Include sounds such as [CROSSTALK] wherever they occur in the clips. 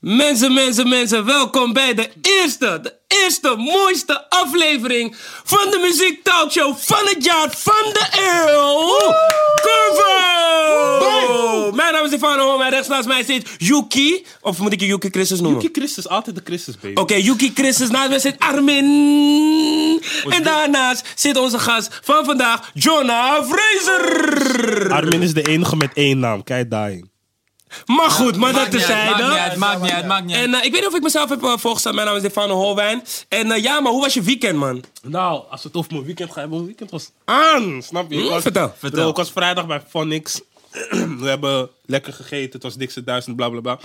Mensen, mensen, mensen, welkom bij de eerste, de eerste, mooiste aflevering van de Muziek Talkshow van het jaar van de eeuw. Curvo! Mijn naam is Stefano Hom en rechts naast mij zit Yuki, of moet ik je Yuki Christus noemen? Yuki Christus, altijd de Christus, baby. Oké, Yuki Christus, naast mij zit Armin. En daarnaast zit onze gast van vandaag, Jonah Fraser. Ah. Armin is de enige met één naam, kijk daarin. Maar goed, maar dat Maakt niet uit, Maakt niet terzijde. uit, maakt niet uit, maakt niet uit. En eh, ik weet niet of ik mezelf heb eh, voorgesteld. Mijn naam is Stefano Holwijn. En eh, ja, maar hoe was je weekend, man? Nou, als we het over mijn weekend gaan hebben, mijn weekend was aan, snap je? Ik Hm, was, vertel, Bro, vertel. ik was vrijdag bij Phonics. [CLEARS THROAT] we hebben lekker gegeten, het was dikste duizend, bla bla bla.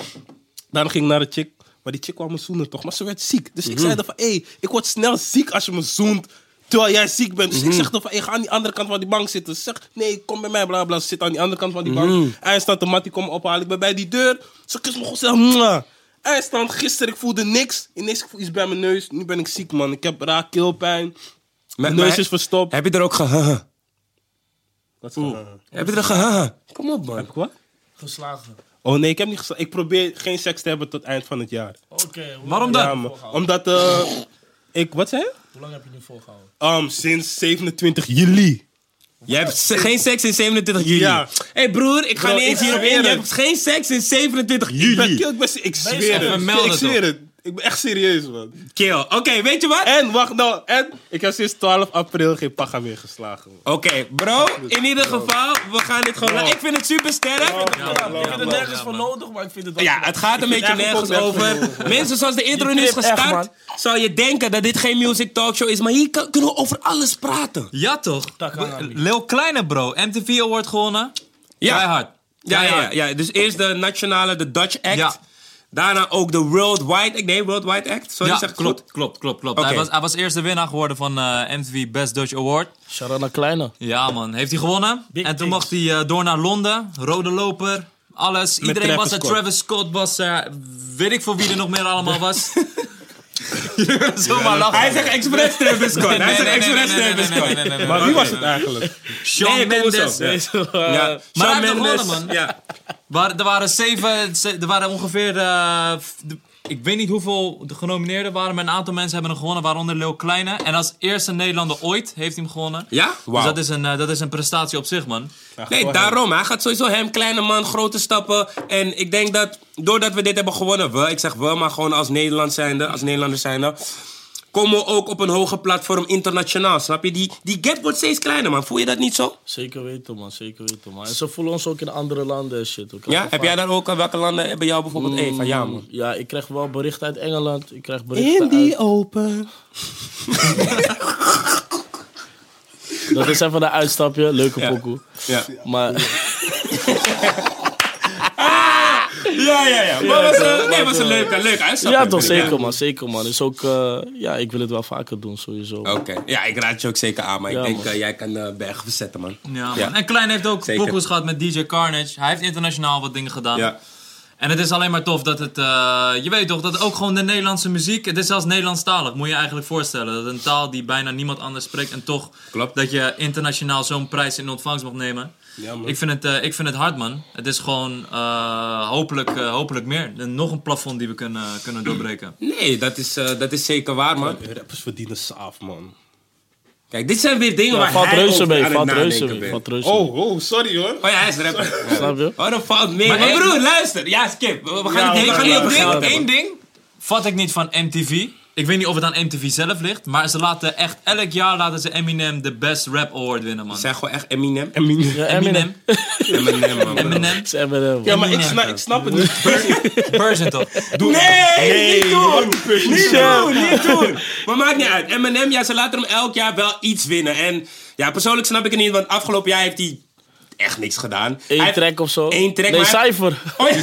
Daarna ging ik naar de chick, maar die chick kwam me zoenen toch, maar ze werd ziek. Dus ik zei er van, hé, hey, ik word snel ziek als je me zoent. Terwijl jij ziek bent. Dus ik zeg dan van, hey, ga aan die andere kant van die bank zitten. Ze zegt, nee, kom bij mij, bla bla. Ze zit aan die andere kant van die bank. Eindstand, de mat, die komt me ophalen. Ik ben bij die deur. Ze kust me gewoon zeg, mwah. Eindstand, gisteren, ik voelde niks. Ineens ik voel iets bij mijn neus. Nu ben ik ziek, man. Ik heb raak keelpijn. Met Mijn neus is verstopt. Heb je er ook gehaha? Wat is dat? Heb je er gehaha? Kom op, man. Heb ik wat? Geslagen. Oh nee, ik heb niet geslapen. Ik probeer geen seks te hebben tot eind van het jaar. Oké. hoe- Waarom dan? Ja, man. Omdat eh, ik, wat zei je? Hoe lang heb je nu volgehouden? Um, sinds 27 juli. Je hebt se- geen seks in 27 juli. Ja. Hé hey broer, ik ga Bro, niet eens ik hierop in. zweer Je het. hebt geen seks in 27 Ik, ben, juli. ik, ben, ik zweer even het. melden, Ik zweer het. Ik ben echt serieus, man. Kill. Oké, weet je wat? En, wacht nou, en ik heb sinds 12 april geen paga meer geslagen. Man. Oké, bro. In ieder geval, we gaan dit gewoon... Ik vind het super sterk. ik vind het nergens voor nodig, maar ik vind het wel. Ja, het gaat een beetje eigenlijk nergens ook nergens over. Mensen, zoals de intro nu is knipt echt, gestart, zou je denken dat dit geen music talkshow is. Maar hier kan- kunnen we over alles praten. Ja toch? Takanami. Lil Kleine bro, MTV Award gewonnen. Ja. hard. Ja, ja, ja, ja. Dus eerst de nationale, de Dutch Act. Ja. Daarna ook de Worldwide Act. Nee, Worldwide Act. Sorry, Ja, zeg ik het klopt, goed? klopt, klopt, klopt. Oké. Hij, was, hij was eerste winnaar geworden van eh, MTV Best Dutch Award. Sharana Kleine. Ja man, heeft hij gewonnen. Big en toen things. mocht hij eh, door naar Londen. Rode loper, alles. Iedereen Travis was er. Scott. Travis Scott was er. Weet ik voor wie er nog meer allemaal [LAUGHS] was. Zomaar lachen. Hij zegt expres Travis Scott. Nee, Hij nee, zegt nee, nee, expres nee, nee, Travis nee, nee, Scott. nee, nee, nee. Maar wie was het [LAUGHS] eigenlijk? Shawn Nee, kom eens Mendes. op. Ja. Ja. Maar Shawn hij heeft Mendes, gewonnen, man. Ja. Waar, er waren zeven, ze- er waren ongeveer, eh, f- de- ik weet niet hoeveel de genomineerden waren, maar een aantal mensen hebben hem gewonnen, waaronder Leo Kleine. En als eerste Nederlander ooit heeft hij hem gewonnen. Ja? Wauw. Dus dat is, een, eh, dat is een prestatie op zich, man. Nee, daarom. Hij gaat sowieso hem, kleine man, grote stappen. En ik denk dat doordat we dit hebben gewonnen, we, ik zeg we, maar gewoon als Nederland zijnde, als Nederlanders zijnde, komen we ook op een hoger platform internationaal. Snap je? Die, die gap wordt steeds kleiner, man. Voel je dat niet zo? Zeker weten, man. Zeker weten, man. En ze voelen ons ook in andere landen en shit. ook. Ja? Vaak- Heb jij daar ook, eh, welke landen hebben jou bijvoorbeeld? Mm, Hé, van ja, man. Ja, ik krijg wel berichten uit Engeland. Ik krijg berichten uit... open. [LAUGHS] Dat is even een uitstapje. Leuke pokoe. Ja. Maar Ja, ja, ja. Maar was, eh, nee, was een leuke, leuke uitstap. ja, toch natuurlijk. zeker, man. Zeker, man. Is ook... eh, ja, ik wil het wel vaker doen, sowieso. Ja. Oké. Ja, ik raad je ook zeker aan, maar ik Ja, denk, man. eh, jij kan eh, bergen verzetten, man. Ja, man. Ja. En Kleine heeft ook Zeker. pokoes gehad met DJ Carnage. Hij heeft internationaal wat dingen gedaan. Ja. En het is alleen maar tof dat het, eh, je weet toch, dat ook gewoon de Nederlandse muziek, het is zelfs Nederlandstalig, moet je je eigenlijk voorstellen. Dat een taal die bijna niemand anders spreekt en toch Klopt. dat je internationaal zo'n prijs in ontvangst mag nemen. ik, vind het, eh, ik vind het hard man. Het is gewoon eh, hopelijk, eh, hopelijk meer. En nog een plafond die we kunnen, kunnen doorbreken. Nee, dat is, eh, dat is zeker waar, man. Rappers verdienen saaf, man. Kijk, dit zijn weer dingen Ja, waar valt hij reuze over mee. aan het Valt reuze nadenken mee. bent. Valt reuze mee. Oh, oh, sorry hoor. Oh ja, hij is rapper. [LAUGHS] Snap je? Oh, dat valt mee. Maar, Maar één- broer, luister. Ja, skip. We, we gaan Ja, niet we we gaan gaan niet niet op over ding. gaan. Eén Eén ding vat ik niet van MTV. Ik weet niet of het aan MTV zelf ligt, maar ze laten echt elk jaar laten ze Eminem de Best Rap Award winnen man. Zijn gewoon echt Eminem. I mean, Ja, Eminem. Eminem, Eminem, man. Eminem, Het is Eminem, man. ja, maar ik snap, ik snap het niet. version toch? Nee, niet doen. Persian Niet shit. doen, niet doen. Maar maakt niet uit. Eminem, ja, ze laten hem elk jaar wel iets winnen. En ja, persoonlijk snap ik het niet, want afgelopen jaar heeft hij echt niks gedaan. Hij Eén heeft track of zo. Eén track, Nee, maar- cijfer. Oh, ja.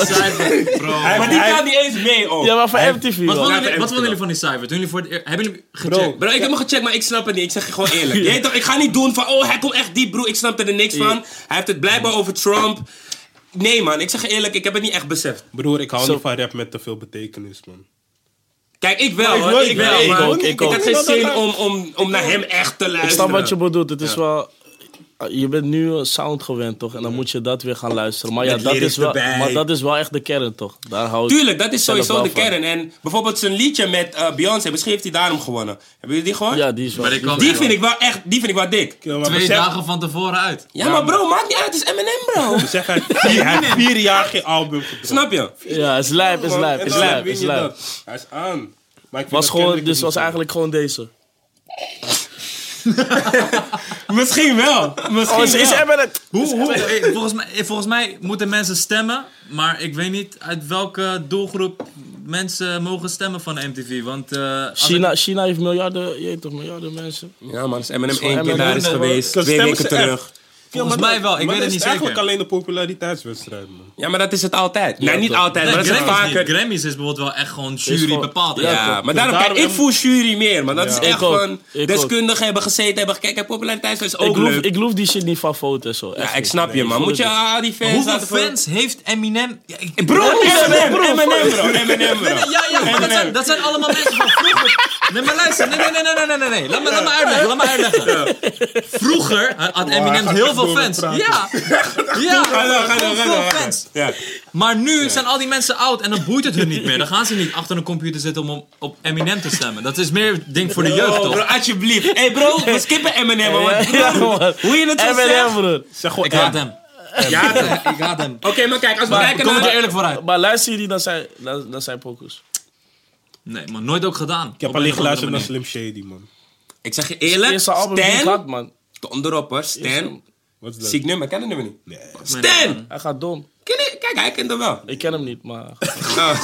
Bro. Maar die gaat niet eens mee, ook. Ja, maar voor MTV, Wat man. vonden, Laten jullie, wat we vonden jullie van die cijfer? Toen jullie voor het eer- hebben jullie gecheckt? Bro, Bro, ik heb hem gecheckt, maar ik snap het niet. Ik zeg je gewoon [LAUGHS] eerlijk. Je weet toch, ik ga niet doen van, oh, hij komt echt diep, bro. Ik snap er niks van. Hij heeft het blijkbaar over Trump. Nee, man. Ik zeg je eerlijk, ik heb het niet echt beseft. Broer, ik hou niet van rap met te veel betekenis, man. Kijk, ik wel, hoor. wil- Ik, ik wel. wil- ik maar ook, ik had ook. geen zin om, om, om naar hem echt te luisteren. Ik snap wat je bedoelt. Het is wel... je bent nu eh, sound gewend, toch? En dan moet je dat weer gaan luisteren. Maar, ja, Met dat, lyrics is wel, erbij. maar dat is wel echt de kern, toch? Daar hou ik Tuurlijk, dat is zelf sowieso wel de van. kern. En bijvoorbeeld zijn liedje met eh, Beyoncé, misschien heeft hij daarom gewonnen. Hebben jullie die gehoord? Ja, die is wel... Maar ik kwam Die vind ik wel echt, die vind ik wel dik. Ja, maar twee besef- dagen van tevoren uit. Ja, maar bro, maakt niet uit, het is Eminem, [LAUGHS] bro. Zeg, hij heeft vier, hij heeft vier jaar geen album gedropt. Snap je? Ja, is lijp, is man. lijp, En is dan lijp, win is je lijp. dat. Hij is aan. Maar ik vind Was dat gewoon, Kendrick dus het was niet eigenlijk gewoon deze. Misschien wel. Misschien Oh, is, is wel. Eminem... Hoe, hoe, eh, volgens, mij, eh, volgens mij moeten mensen stemmen, maar ik weet niet uit welke doelgroep mensen mogen stemmen van MTV. Want eh, als ik- China, China heeft miljarden, je weet toch, miljarden mensen. Ja man, is Eminem één keer Eminem, daar is man. geweest, Kan twee stemmen weken ze echt? terug. doet. Volgens Ja, maar mij dat- wel, ik maar weet dat het is niet eigenlijk zeker. alleen de populariteitswedstrijd, man. Ja, maar dat is het altijd. nee, niet toch. altijd, Nee, maar dat is het Grammys, niet. vaker. Grammys is bijvoorbeeld wel echt gewoon Is jury gewoon- bepaald. Ja, Ja. Ja, maar daarom, Dus Daarom- kijk, ik voel jury meer, man. Dat is Ja. echt Ik ook, van ik ook. deskundigen hebben gezeten, hebben gekeken. Kijk, populariteit is ook Ik geloof, leuk. ik geloof die shit niet van foto en zo. Ja, echt ik niet. snap je, man. voel Moet je het niet. ah, die fans Hoeveel laten voelen. fans heeft Eminem? Ja, ik- Bro, Eminem, Eminem, bro. Eminem, bro. Ja, ja, maar dat zijn, dat zijn allemaal mensen van vroeger. Nee, maar luister. Nee, nee, nee, nee, nee, nee. nee. Laat me, laat me uitleggen. Laat me uitleggen. Vroeger had Eminem gaat heel echt veel door met fans. Ja. praten. Ja. Ga door, ga Heel door, ga veel door, ga fans. door. Ja. Maar nu zijn al die mensen oud en dan boeit het hun niet meer. Dan gaan ze niet achter een computer zitten om op- op Eminem te stemmen. Dat is meer een ding voor de jeugd, Oh, bro, toch? alsjeblieft. Hé, hey, bro, we skippen Eminem, man. Ja, want bro, ja, man. Hoe je het zo Eminem, zegt. broer. Zeg gewoon Ik haat echt. hem. Ja, toch. Ik haat hem. Oké, maar kijk, als we Maar kijken kom er naar... eerlijk vooruit. Maar luister jullie naar zijn, naar, naar zijn pokus? Nee, man. Nooit ook gedaan. Ik heb alleen geluisterd naar Slim Shady, man. Ik zeg je eerlijk, Eerste album die ik had, Stan... man. Donder op, hoor. Stan. Wat Zie is dat? ik nummer, ik ken het nummer niet. Nee. Stan! Hij gaat dom. Ken je- Kijk, hij kent hem wel. Ik ken hem niet, maar [LAUGHS] Oh.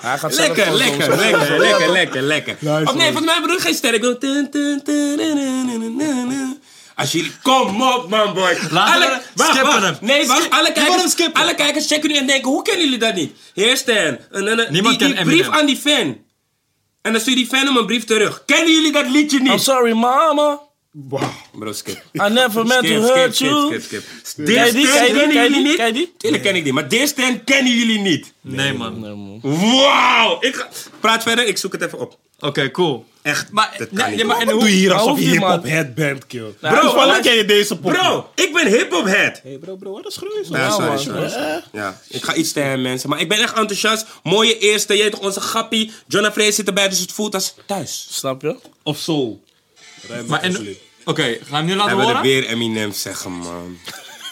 hij gaat zelf Lekker, gewoon dom lekker, zijn. lekker, lekker, lekker, lekker. Luister, Of nee, van man. mij bedoel ik geen sterren. Ik wil tun, tun, tun, tun, tun, tun, tun. Als jullie... Kom op, man, boy. Laten we- Alle- wacht, skippen wacht. hem. Nee, wacht. Skip- Alle Je moet hem kijkers, skippen. alle kijkers checken nu en denken... Hoe kennen jullie dat niet? Heer Stan. en- en- en- Niemand die, die kent brief Eminem. aan die fan. En dan stuurt die fan hem een brief terug. Kennen jullie dat liedje I'm niet? sorry, mama. Wauw. Bro, skip. I never meant to Skip, hurt skip, you. skip, skip, skip. Ken Dear je die? Stan Ken je die? kennen Ken je jullie die? niet? Ken je die? Tuurlijk ken ik die, maar Dear Stan kennen jullie niet. Nee, man. Nee, man. Wauw! Ik... Praat verder, ik zoek het even op. Oké, cool. Echt, Maar, dat kan nee, niet. ja, maar en Wat hoe... doe je hier alsof hoef je je, hip-hop man. head bent, kill? Bro, hij is waarom vanuit- ken je deze pop? Bro, ik ben hip-hop head. Hey bro, bro, wat is groei zo? Ja, Ja, sorry, Nou, sorry, man. sorry. Ja, ik ga iets tegen mensen. Maar ik ben echt enthousiast. Mooie eerste. Je hebt toch onze grappie. Jonah Vrees zit erbij, dus het voelt als thuis. Snap je? Of soul. Maar en... Oké, gaan we hem nu laten Hebben we er horen? weer Eminem zeggen, man.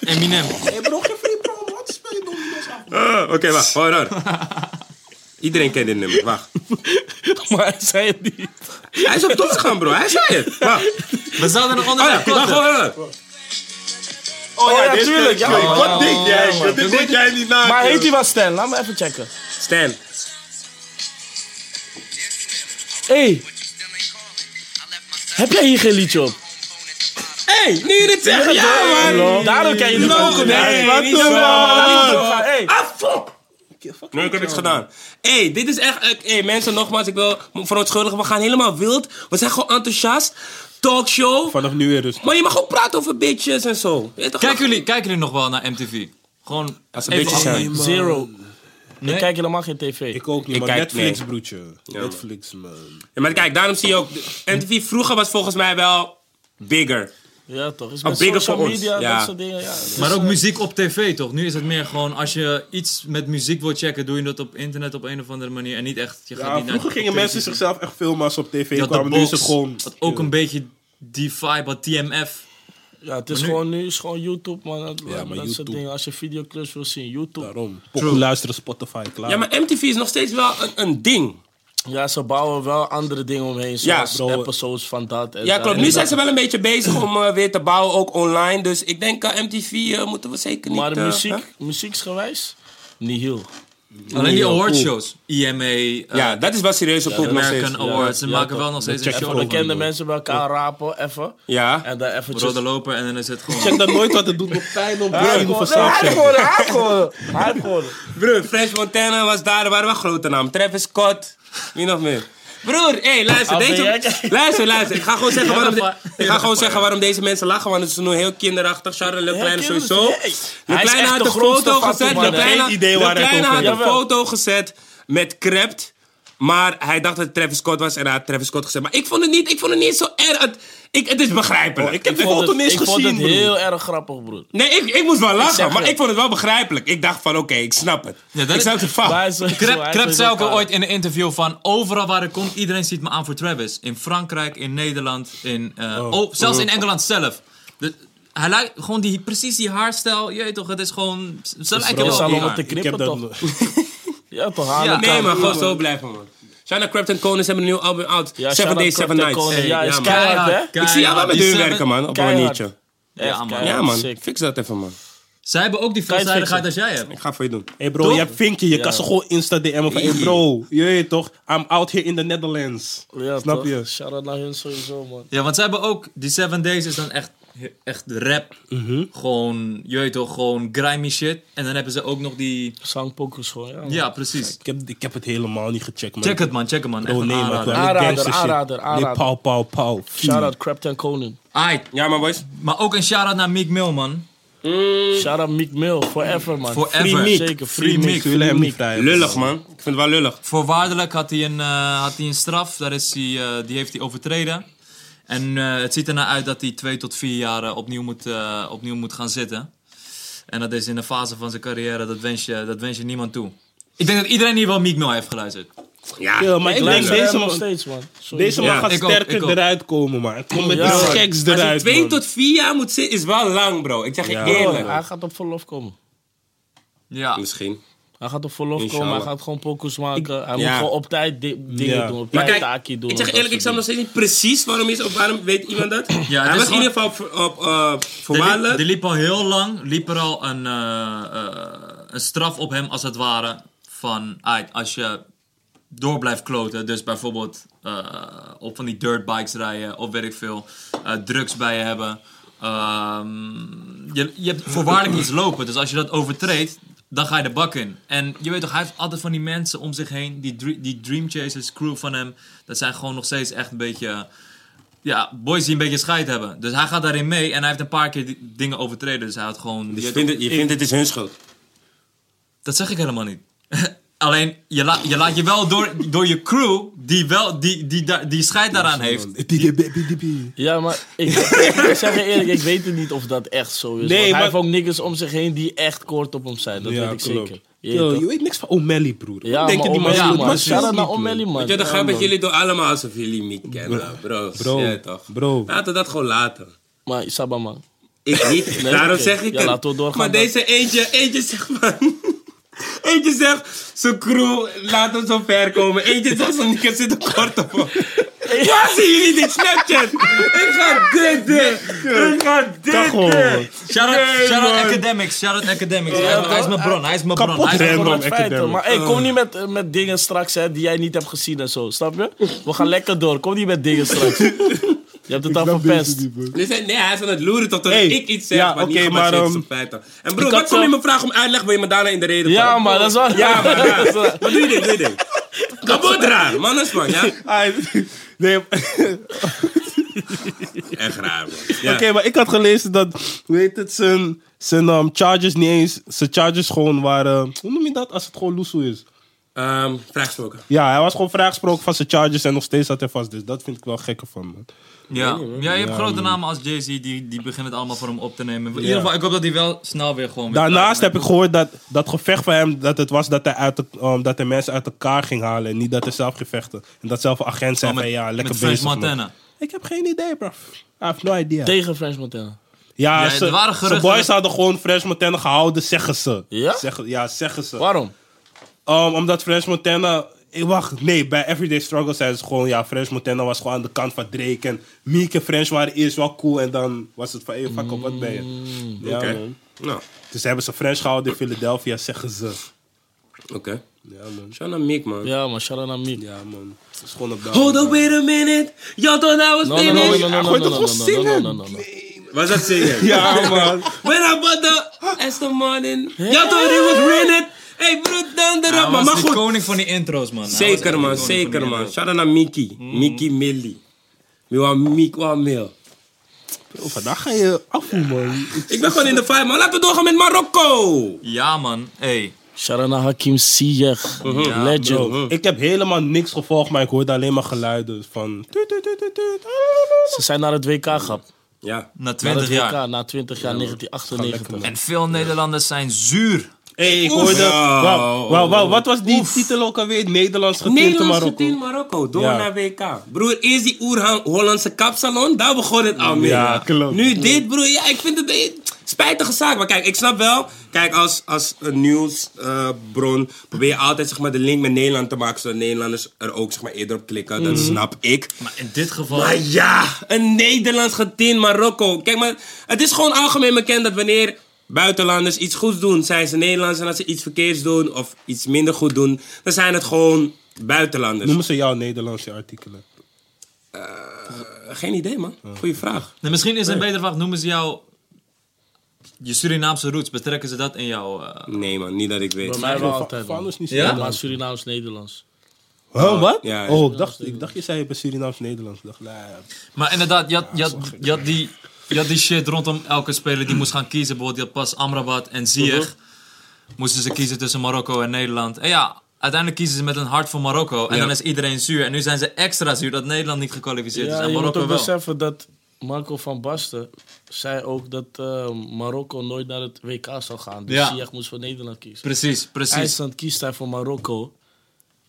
Eminem. Hey bro, geen free promo, wat speel je domino's af? Ah, Oké, wacht. Hoor, hoor. Iedereen kent dit nummer. Wacht. Maar hij zei het niet. Hij is op toets gaan, bro. Hij zei het. Wacht. We zouden nog Oh, onderweg ja. Wacht, korten. hoor, hoor. Oh ja, tuurlijk. Ja, man. Wat denk jij? Dat denk jij niet na. Maar heet hij wel Stan? Laat me even checken. Stan. Hé, heb jij hier geen liedje op? Hé, nu je dit zegt. Ja, man. Hallo? Daarom ken je die Nog niet. nee, Hey, wat niet doen zo, we? laat niet zo gaan. Hey. Ah, fuck. Nee, ik heb niks gedaan. Hé, hey, dit is echt... eh, Hé, hey, mensen, nogmaals, ik wil me verontschuldigen. We gaan helemaal wild. We zijn gewoon enthousiast. Talkshow. Vanaf nu weer dus. Maar je mag ook praten over bitches en zo. Weet toch? Kijken jullie, kijken jullie nog wel naar MTV? Gewoon... Als ze even bitches af- zijn. Zero. Nee? Ik kijk helemaal geen tv. Ik ook niet, Ik maar kijk- Netflix nee. broertje. Netflix man. Ja, maar kijk, daarom zie je ook... de- MTV vroeger was volgens mij wel bigger. Ja, toch? Is Oh, met bigger social voor ons. media, Ja. dat soort dingen. Ja, Dus, Maar ook eh, muziek op tv, toch? Nu is het meer gewoon, als je iets met muziek wil checken, doe je dat op internet op een of andere manier. En niet echt, je gaat Ja, niet naar... vroeger gingen op mensen televisie. zichzelf echt filmen als ze op tv Je had de kwamen. Nu is het box, gewoon... wat ook een beetje die vibe had, TMF. Ja, het is gewoon nu is gewoon YouTube, man. Dat, dat maar soort YouTube. dingen. Als je videoclips wil zien, YouTube. Daarom. Pokken luisteren, Spotify, klaar. Ja, maar MTV is nog steeds wel een, een ding. Ja, ze bouwen wel andere dingen omheen. Zoals bro. episodes van dat. En Ja, dat klopt. en Nu dat. zijn ze wel een beetje bezig om eh, weer te bouwen, ook online. Dus ik denk, eh, MTV eh, moeten we zeker niet... Maar eh, hè? muziek, muzieksgewijs, niet heel. Alleen die awardshows. IMA, eh, Ja, dat is wel serieus op poep nog steeds. American Awards. Ze ja, maken toch. wel nog steeds een checken show. we ervan. Bekende mensen bij elkaar rapen, even. Ja. En dan eventjes... Rode loper en dan is het gewoon... Ik check dat nooit, want het doet me pijn om Hype te hoeveel worden, hype soundcheck. worden, hype worden, hype worden. Broer, Fresh Montana was daar, er waren wel grote namen. Travis Scott, wie nog meer? Broer, hé, hey, luister, Ah, ben deze... jij gek? Luister, luister, ik ga gewoon [LAUGHS] zeggen, waarom, de- maar- ik ga gewoon zeggen waarom deze mensen lachen, want het is nog heel kinderachtig. Charles Le Kleine kinderachtig, sowieso. hey. Le Hij is Kleine echt had de een grootste foto fakkelman, gezet, hè. Le Kleine, Geen idee Le waar hij het Kleine over had een heeft. foto gezet met Crept. Maar hij dacht dat het Travis Scott was en hij had Travis Scott gezegd. Maar ik vond het niet, ik vond het niet zo erg. Het, ik, het is begrijpelijk. Ik heb de Oh, Ik vond foto het, niet eens ik vond gezien, het broer. heel erg grappig, broer. Nee, ik, ik moest wel lachen, zeg maar het. ik vond het wel begrijpelijk. Ik dacht van, oké, ik snap het. Ja, dat ik is- snap de fout. [LAUGHS] Maar hij is sowieso- hij Krep, is Krep sowieso zei ook al gaar. ooit in een interview van... overal waar ik kom, iedereen ziet me aan voor Travis. In Frankrijk, in Nederland, in, eh, oh, zelfs in Engeland zelf. Dus hij lijkt gewoon die, precies die haarstijl. Je weet toch, het is gewoon... Ze lijken Er wel zal op om elkaar. het te Ik heb knippen, dat... toch? [LAUGHS] Ja, toch? Ja. Halen Nee, maar gewoon zo blijven, man. Shana Crabtrap en Konings hebben een nieuw album uit. Ja, Seven shout-out Days, Seven Crabtrap Nights. Corner. Hey, Ja, is man. keihard, hè? Keihard, Ik zie jou wel keihard. met Die hun seven- werken, man. Op een Keihard. maniertje. Ja, man. Ja, man. Sick. Fix dat even, man. Zij hebben ook die Kijk, veelzijdigheid als fixen. jij hebt. Ik ga voor je doen. hey bro, je hebt vinkje, je kan ze gewoon Insta DM'en van... Hey bro, je weet toch? I'm out here in the Netherlands. Ja, Snap toch? je? Shout-out naar hun sowieso, man. Ja, want zij hebben ook... Die Seven Days is dan echt, echt rap. Gewoon, je weet toch, gewoon grimy shit. En dan hebben ze ook nog die... Zangpokers gewoon, ja. man. Ja, precies. Ik heb, ik heb het helemaal niet gecheckt, man. Check het, man. Check het, man. Echt Bro, een nee, man. aanrader. ik wil alleen Aanrader, gangster shit. aanrader, Nee, aanrader. pauw, pauw, pauw. Shout-out Crapton Koning. Aight. Ja, maar boys. Maar ook een shout-out naar Meek Mill, man. Shout-out Meek Mill. Forever, man. Forever. Free Meek. Zeker, Free Mick, we willen hem niet vrijen. Lullig, man. Ik vind het wel lullig. Voorwaardelijk had hij een, eh, had hij een straf. Daar is hij, eh, die heeft hij overtreden. En eh, het ziet ernaar uit dat hij twee tot vier jaar eh, opnieuw, moet, eh, opnieuw moet gaan zitten. En dat is in een fase van zijn carrière, dat wens je, dat wens je niemand toe. Ik denk dat iedereen hier wel Meek Mill heeft geluisterd. Ja, Ja, maar ik denk Luister deze hem nog man, steeds, man. Sowieso. deze man Ja, gaat ik ook, ik sterker ook. eruit komen, man. Kom met Ja, die man. geks Als je eruit, twee man. tot vier jaar moet zitten, is wel lang, bro. Ik zeg je Broer, eerlijk. Hij gaat op verlof komen. Ja. Misschien. Hij gaat op verlof komen, hij Inshallah. gaat gewoon pokus maken. hij Ja. moet gewoon op tijd di- dingen Ja. doen, op Maar tijd kijk, taki doen. ik zeg dat eerlijk, ik snap soort nog steeds niet precies waarom is of waarom weet iemand dat. is Hij was gewoon- in ieder geval op, op eh, Er liep, voorwaardelijk. er liep al heel lang liep er al een, eh, eh, een straf op hem, als het ware. Van "Aight, als je door blijft kloten, dus bijvoorbeeld eh, op van die dirtbikes rijden of weet ik veel, eh, drugs bij je hebben. Ehm, je, je hebt voorwaardelijk iets lopen, dus als je dat overtreedt, dan ga je de bak in. En je weet toch, hij heeft altijd van die mensen om zich heen, die, dre- die Dream Chasers crew van hem, dat zijn gewoon nog steeds echt een beetje ja, boys die een beetje scheid hebben. Dus hij gaat daarin mee en hij heeft een paar keer die dingen overtreden. Dus hij had gewoon... Dus je je vindt, weet het, je vindt het is hun schuld. toch- Dat zeg ik helemaal niet. [LAUGHS] Alleen, je, la- je laat je wel door, door je crew, die, wel, die, die, daar- die scheid daaraan heeft. dingen. Ja, maar ik, [LAUGHS] ik zeg je eerlijk, ik weet het niet of dat echt zo Nee, is. want maar- Hij heeft ook niggers om zich heen die echt kort op hem zijn, dat weet ik klopt. zeker. Je weet Yo, toch? je weet niks van O'Malley, broer. Ja, Hoe maar denken die Omelli, mensen ja, dat man. man. mensen Shout-out niet naar doen? Omelli, man. Ja, dan Ja, gaan we man. jullie door allemaal alsof jullie niet kennen, bro. Bro, Ja, toch? bro. Laten we dat gewoon laten. Maar Isaba, man. Ik [LAUGHS] niet. Daarom oké. zeg ik Ja, het. laten we doorgaan Maar dan. deze eentje, eentje zegt van... [LAUGHS] Eentje zegt, zijn crew, laat ons zo ver komen. Eentje zegt, zijn nikkers zitten kort op [LAUGHS] hem. Waar zien jullie dit Snapchat? Ik ga dit doen. Ik ga dit doen. Shout-out Nee, shout-out man. Academics, shout-out Academics. Hij is- hij is mijn bron, hij is mijn bron. Kapot Hij is mijn rennen, Gewoon bron. man. met feiten. academic. Maar hey, kom niet met, eh, met dingen straks hè, die jij niet hebt gezien en zo, snap je? We gaan lekker door, kom niet met dingen [LAUGHS] straks. Je hebt het al verpest. Dus hij- nee, hij is aan het loeren tot Hey. ik iets zeg, Ja, maar niet oké, gebaseerd maar, is op ehm, feiten. En broer, ik wat had kom je zo- me vragen om uitleg? Wil je me daarna in de reden Ja, vallen? man, [LAUGHS] dat is waar. Ja, maar ja. Wat doe je dit? Doe je dit? Kabotra, man is man, ja? Ah, Nee, [LAUGHS] Echt raar, man. Oké, Ja. maar ik had gelezen dat, weet het, zijn, zijn ehm, charges niet eens, zijn charges gewoon waren, hoe noem je dat als het gewoon loesoe is? Ehm, vraagstukken. Ja, hij was gewoon vrijgesproken van zijn charges en nog steeds zat hij vast, dus dat vind ik wel gekker van, man. Ja. ja, je hebt grote namen als Jay-Z, die, die beginnen het allemaal voor hem op te nemen. In ieder geval, ik hoop dat hij wel snel weer gewoon... weer Daarnaast klaar heb is met- ik gehoord dat dat gevecht van hem, dat het was dat hij, uit het, ehm, dat hij mensen uit elkaar ging halen en niet dat hij zelf gevechten. En dat zelf een agent zei Oh, met- van, ja, lekker met French bezig, man. Montana. Ik heb geen idee, bro. I have no idea. Tegen French Montana. ja, Ja, ze, er waren ze geruchten boys dat- hadden gewoon French Montana gehouden, zeggen ze. Ja? Zeggen- ja, zeggen ze. Waarom? Um, omdat French Montana. eh, wacht, nee, bij Everyday Struggle zijn ze gewoon. Ja, French Montana was gewoon aan de kant van Drake. En Meek en French waren eerst wel cool. En dan was het van, hé, fuck op, wat ben je? Ja, Oké. man. Nou, Dus hebben ze French gehouden in Philadelphia, zeggen ze. oké. Ja, man. Shout out Meek, man. Ja, man, shout-out naar Meek. Ja, man. Het is gewoon een dag. Hold up, wait a minute. Y'all thought I was No, no, finished. no, no, no, no, no, Gooi no, toch no, gewoon no, no, zingen? no, no, no. Was dat zingen? Ja, man. When I bought the Aston Martin. Y'all thought it was raining. Hey, broer, dan erop. Hij maar was maar de goed. koning van die intro's, man. Hij was echt de Zeker, man. koning van die Zeker, man. intro's. Shout out naar Mickey. Mickey Millie. We want Meek, we want Mil. Bro, vandaag ga je afvoeren, man. Ik ben gewoon in de vibe, man. Laten we doorgaan met Marokko. Ja, man. Hey. Sharana Hakim Ziyech. Ja, Legend. Ik heb helemaal niks gevolgd, maar ik hoorde alleen maar geluiden van... tuut, tuut, tuut, tuut, tuut. Ze zijn naar het WK gehad. Ja. Na Naar 20 het jaar. WK, na 20 jaar, 1998. En veel Nederlanders zijn zuur. Hey, ik Oef. hoorde... Ja. Wauw, wauw, wauw. Wat was die titel ook alweer? Nederlands getinte Nederlands Marokko. getint Marokko, door Ja. naar WK. Broer, eerst die Oer-Hollandse kapsalon, daar begon het al mee. Ja, klopt. Nu dit, broer, ja, ik vind het een spijtige zaak. Maar kijk, ik snap wel, kijk, als, als een nieuwsbron probeer je altijd zeg maar, de link met Nederland te maken, zodat Nederlanders er ook zeg maar, eerder op klikken. Dat snap ik. Maar in dit geval... Maar Ah, ja, een Nederlands getint Marokko. Kijk, maar het is gewoon algemeen bekend dat wanneer buitenlanders iets goeds doen, zijn ze Nederlanders. En als ze iets verkeerds doen of iets minder goed doen, dan zijn het gewoon buitenlanders. Noemen ze jouw Nederlandse artikelen? Eh, Geen idee, man. Goeie vraag. Nou, misschien is het een betere vraag. Noemen ze jou... Je Surinaamse roots, betrekken ze dat in jouw... eh, Nee, man, niet dat ik weet. Bij mij wel Va- altijd. Van man. ons niet Ja? Surinaams. Maar Surinaams, Nederlands. Huh, wat? Ja, ja. oh, ik dacht, ik dacht je zei je bent Surinaams-Nederlands. Ik dacht, nou ja. Maar inderdaad, je had, je, had, je, had die, je had die shit rondom elke speler die moest gaan kiezen. Bijvoorbeeld, je had pas Amrabat en Ziyech. Mhm. Moesten ze kiezen tussen Marokko en Nederland. En ja, uiteindelijk kiezen ze met een hart voor Marokko. En Ja. dan is iedereen zuur. En nu zijn ze extra zuur dat Nederland niet gekwalificeerd is. Ja, En je moet Marokko ook wel. beseffen dat Marco van Basten zei ook dat eh, Marokko nooit naar het WK zou gaan. Dus Ja. Ziyech moest voor Nederland kiezen. Precies, precies. IJsland kiest hij voor Marokko.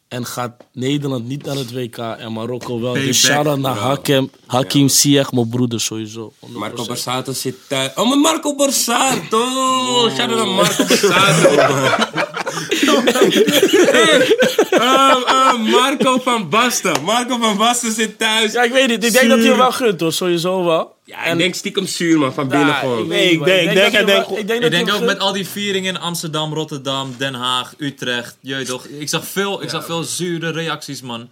En gaat Nederland niet naar het WK en Marokko wel. Payback. Dus shout-out naar Hakim, Hakim Ziyech, mijn broeder sowieso. 100%. Marco Borsato zit thuis. Oh, maar Marco Borsato! Shout out naar Marco [LAUGHS] Borsato. [LAUGHS] Hey, ehm, ehm, Marco van Basten. Marco van Basten zit thuis. Ja, ik weet niet. Ik denk dat hij hem wel gunt hoor, sowieso wel. Ja, ik denk stiekem zuur, man, van binnen Ja, gewoon. weet Nee, niet, ik man. denk- denk- dat ik hij denk- wel- Ik dat hij denk hem ook gunt. met al die vieringen in Amsterdam, Rotterdam, Den Haag, Utrecht. Jeetje toch, ik zag veel, ik zag veel zure reacties, man.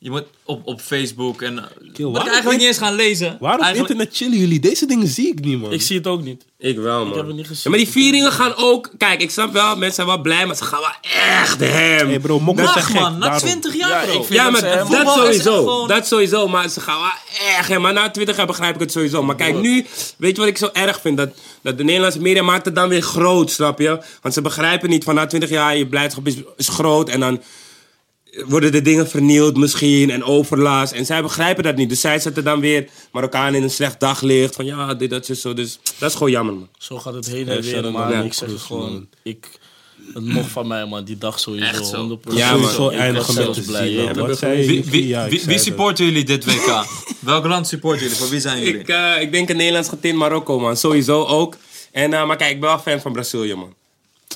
Je moet op, op Facebook en... Kill, wat ik waarom eigenlijk in- niet eens gaan lezen. Waarom Eigenlijk- internet chillen jullie? Deze dingen zie ik niet, man. Ik zie het ook niet. Ik wel, man. heb het niet gezien. Ja, maar die vieringen gaan ook... Kijk, ik snap wel, mensen zijn wel blij, maar ze gaan wel echt hem. hey bro, mokko zijn Mag gek. man, na daarom. 20 jaar bro. ik vind Ja, dat maar ze dat, helemaal- Voetbal is sowieso. echt gewoon- Dat sowieso. Maar ze gaan wel echt. hè. Maar na 20 jaar begrijp ik het sowieso. Maar kijk, nu, weet je wat ik zo erg vind? Dat, dat de Nederlandse media maakt het dan weer groot, snap je? Want ze begrijpen niet van na 20 jaar, je blijdschap is, is groot. En dan worden de dingen vernield misschien en overlast. En zij begrijpen dat niet. Dus zij zetten dan weer Marokkanen in een slecht daglicht. Van ja, dit, dat is zo. Dus dat is gewoon jammer, man. Zo gaat het heen en Ja, weer, shout-out man. naar Marco ik zeg het Cruz, gewoon, ik, het mocht van mij, man. Die dag sowieso. Echt zo. 100%. Ja, man. Sowieso Ik was eindigen met zelfs te blij, zien, ja, man. man. Wat zei Wie, je? wie, Ja, ik wie, zei wie dat. supporten jullie [LAUGHS] dit WK? Welk land supporten jullie? Voor wie zijn jullie? Ik, eh, ik denk een Nederlands getint Marokko, man. Sowieso ook. En, eh, maar kijk, ik ben wel fan van Brazilië, man.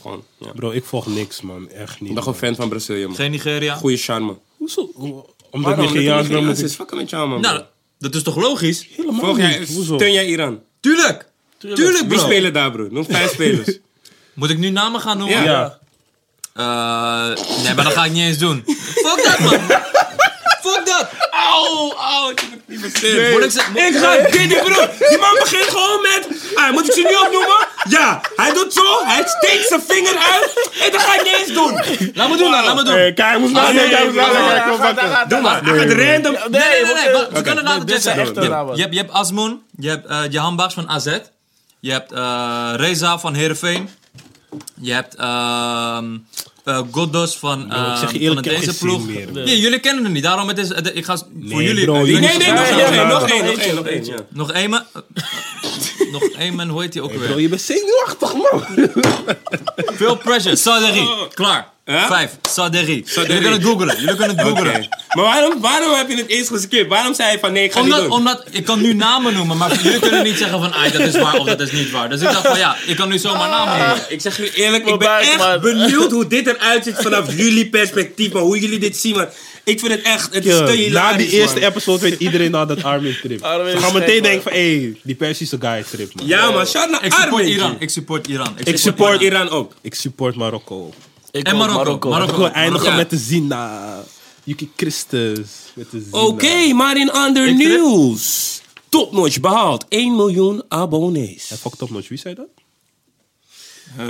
Gewoon, ja. Bro, ik volg niks, man. Echt niet. Ik ben man. gewoon fan van Brazilië, man. Geen Nigeria? Goeie charme. Hoezo? Hoe- Omdat Waarom? Omdat Nigeriaans ben, het moet Nigeriaans ik... is fucking met jou, man. Nou, dat is toch logisch? Helemaal Vorig jaar niet. Hoezo? steun jij Iran. Tuurlijk! Tuurlijk, Wie bro! spelen daar, bro? Nog [LAUGHS] vijf spelers. Moet ik nu namen gaan noemen? Ja. Ja. Eh, nee, maar dat ga ik niet eens doen. Fuck dat, man! Fuck dat! Au, au, ik heb het niet bestemd. Moet ik ze- moet- Ik ga dit niet, bro. Die man begint gewoon met... Ah, moet ik ze nu opnoemen? Ja, hij doet zo. Hij steekt zijn vinger uit. En dat ga ik niet eens doen. Nou. Eh, Laat me doen, laat me doen. Hey, kijk, moest nadenken. hij moest nee, nadenken, nee, hij kon pakken. Doe maar. Hij gaat random... Nee, nee, nee, nee, want- we- we kunnen later dit dit zijn zeggen. echte Je hebt- namen. Je hebt, je hebt Asmoon, je hebt eh Jahan Baks van AZ, je hebt eh Reza van Heerenveen, je hebt ehm eh, Goddos van, eh ik zeg je van eerlijk, ik heb deze geen ploeg. zin meer, man. nee, jullie kennen hem niet, daarom het is, het- ik ga s- voor jullie... bro, jullie- jullie- Nee, nee, nog Ja, één. ja, Nog ja. één, nog één, nog één. ja. Nog één, man. nog één man, hoe heet hij ook Bro, weer? je bent zenuwachtig, man. Veel pressure, Saderi, klaar. Oh. Huh? Vijf, Saderi. Jullie kunnen het googlen, jullie kunnen het [LAUGHS] googlen. Oké. Maar waarom, waarom heb je het eerst geskipt? Waarom zei je van nee, ik ga niet Omdat, doen? omdat, ik kan nu namen noemen, maar jullie kunnen niet zeggen van, ah, dat is waar of dat is niet waar. Dus ik dacht van, ja, ik kan nu zomaar namen noemen. Ik zeg jullie eerlijk, ik ben Voorbij, echt maar- benieuwd hoe dit eruit ziet vanaf jullie perspectief, man. Hoe jullie dit zien, man. Ik vind het echt, het is te Na die hilarisch, eerste man. episode weet iedereen al dat Armin trip. Armin Ze is gaan gek, meteen man. denken van, hé, die Persische guy trip, man. Ja, man, shout naar Ik support Armin. Iran. Ik support Iran. Ik support Iran ook. Ik support Marokko. Ik En ook, Marokko. Marokko. Ik wil eindigen Ja. met de Zina. Yuki Christus. Met de Zina. Oké, maar in ander Ik trip. nieuws. Topnotch behaalt 1 miljoen abonnees. En fuck top notch, wie zei dat? Maar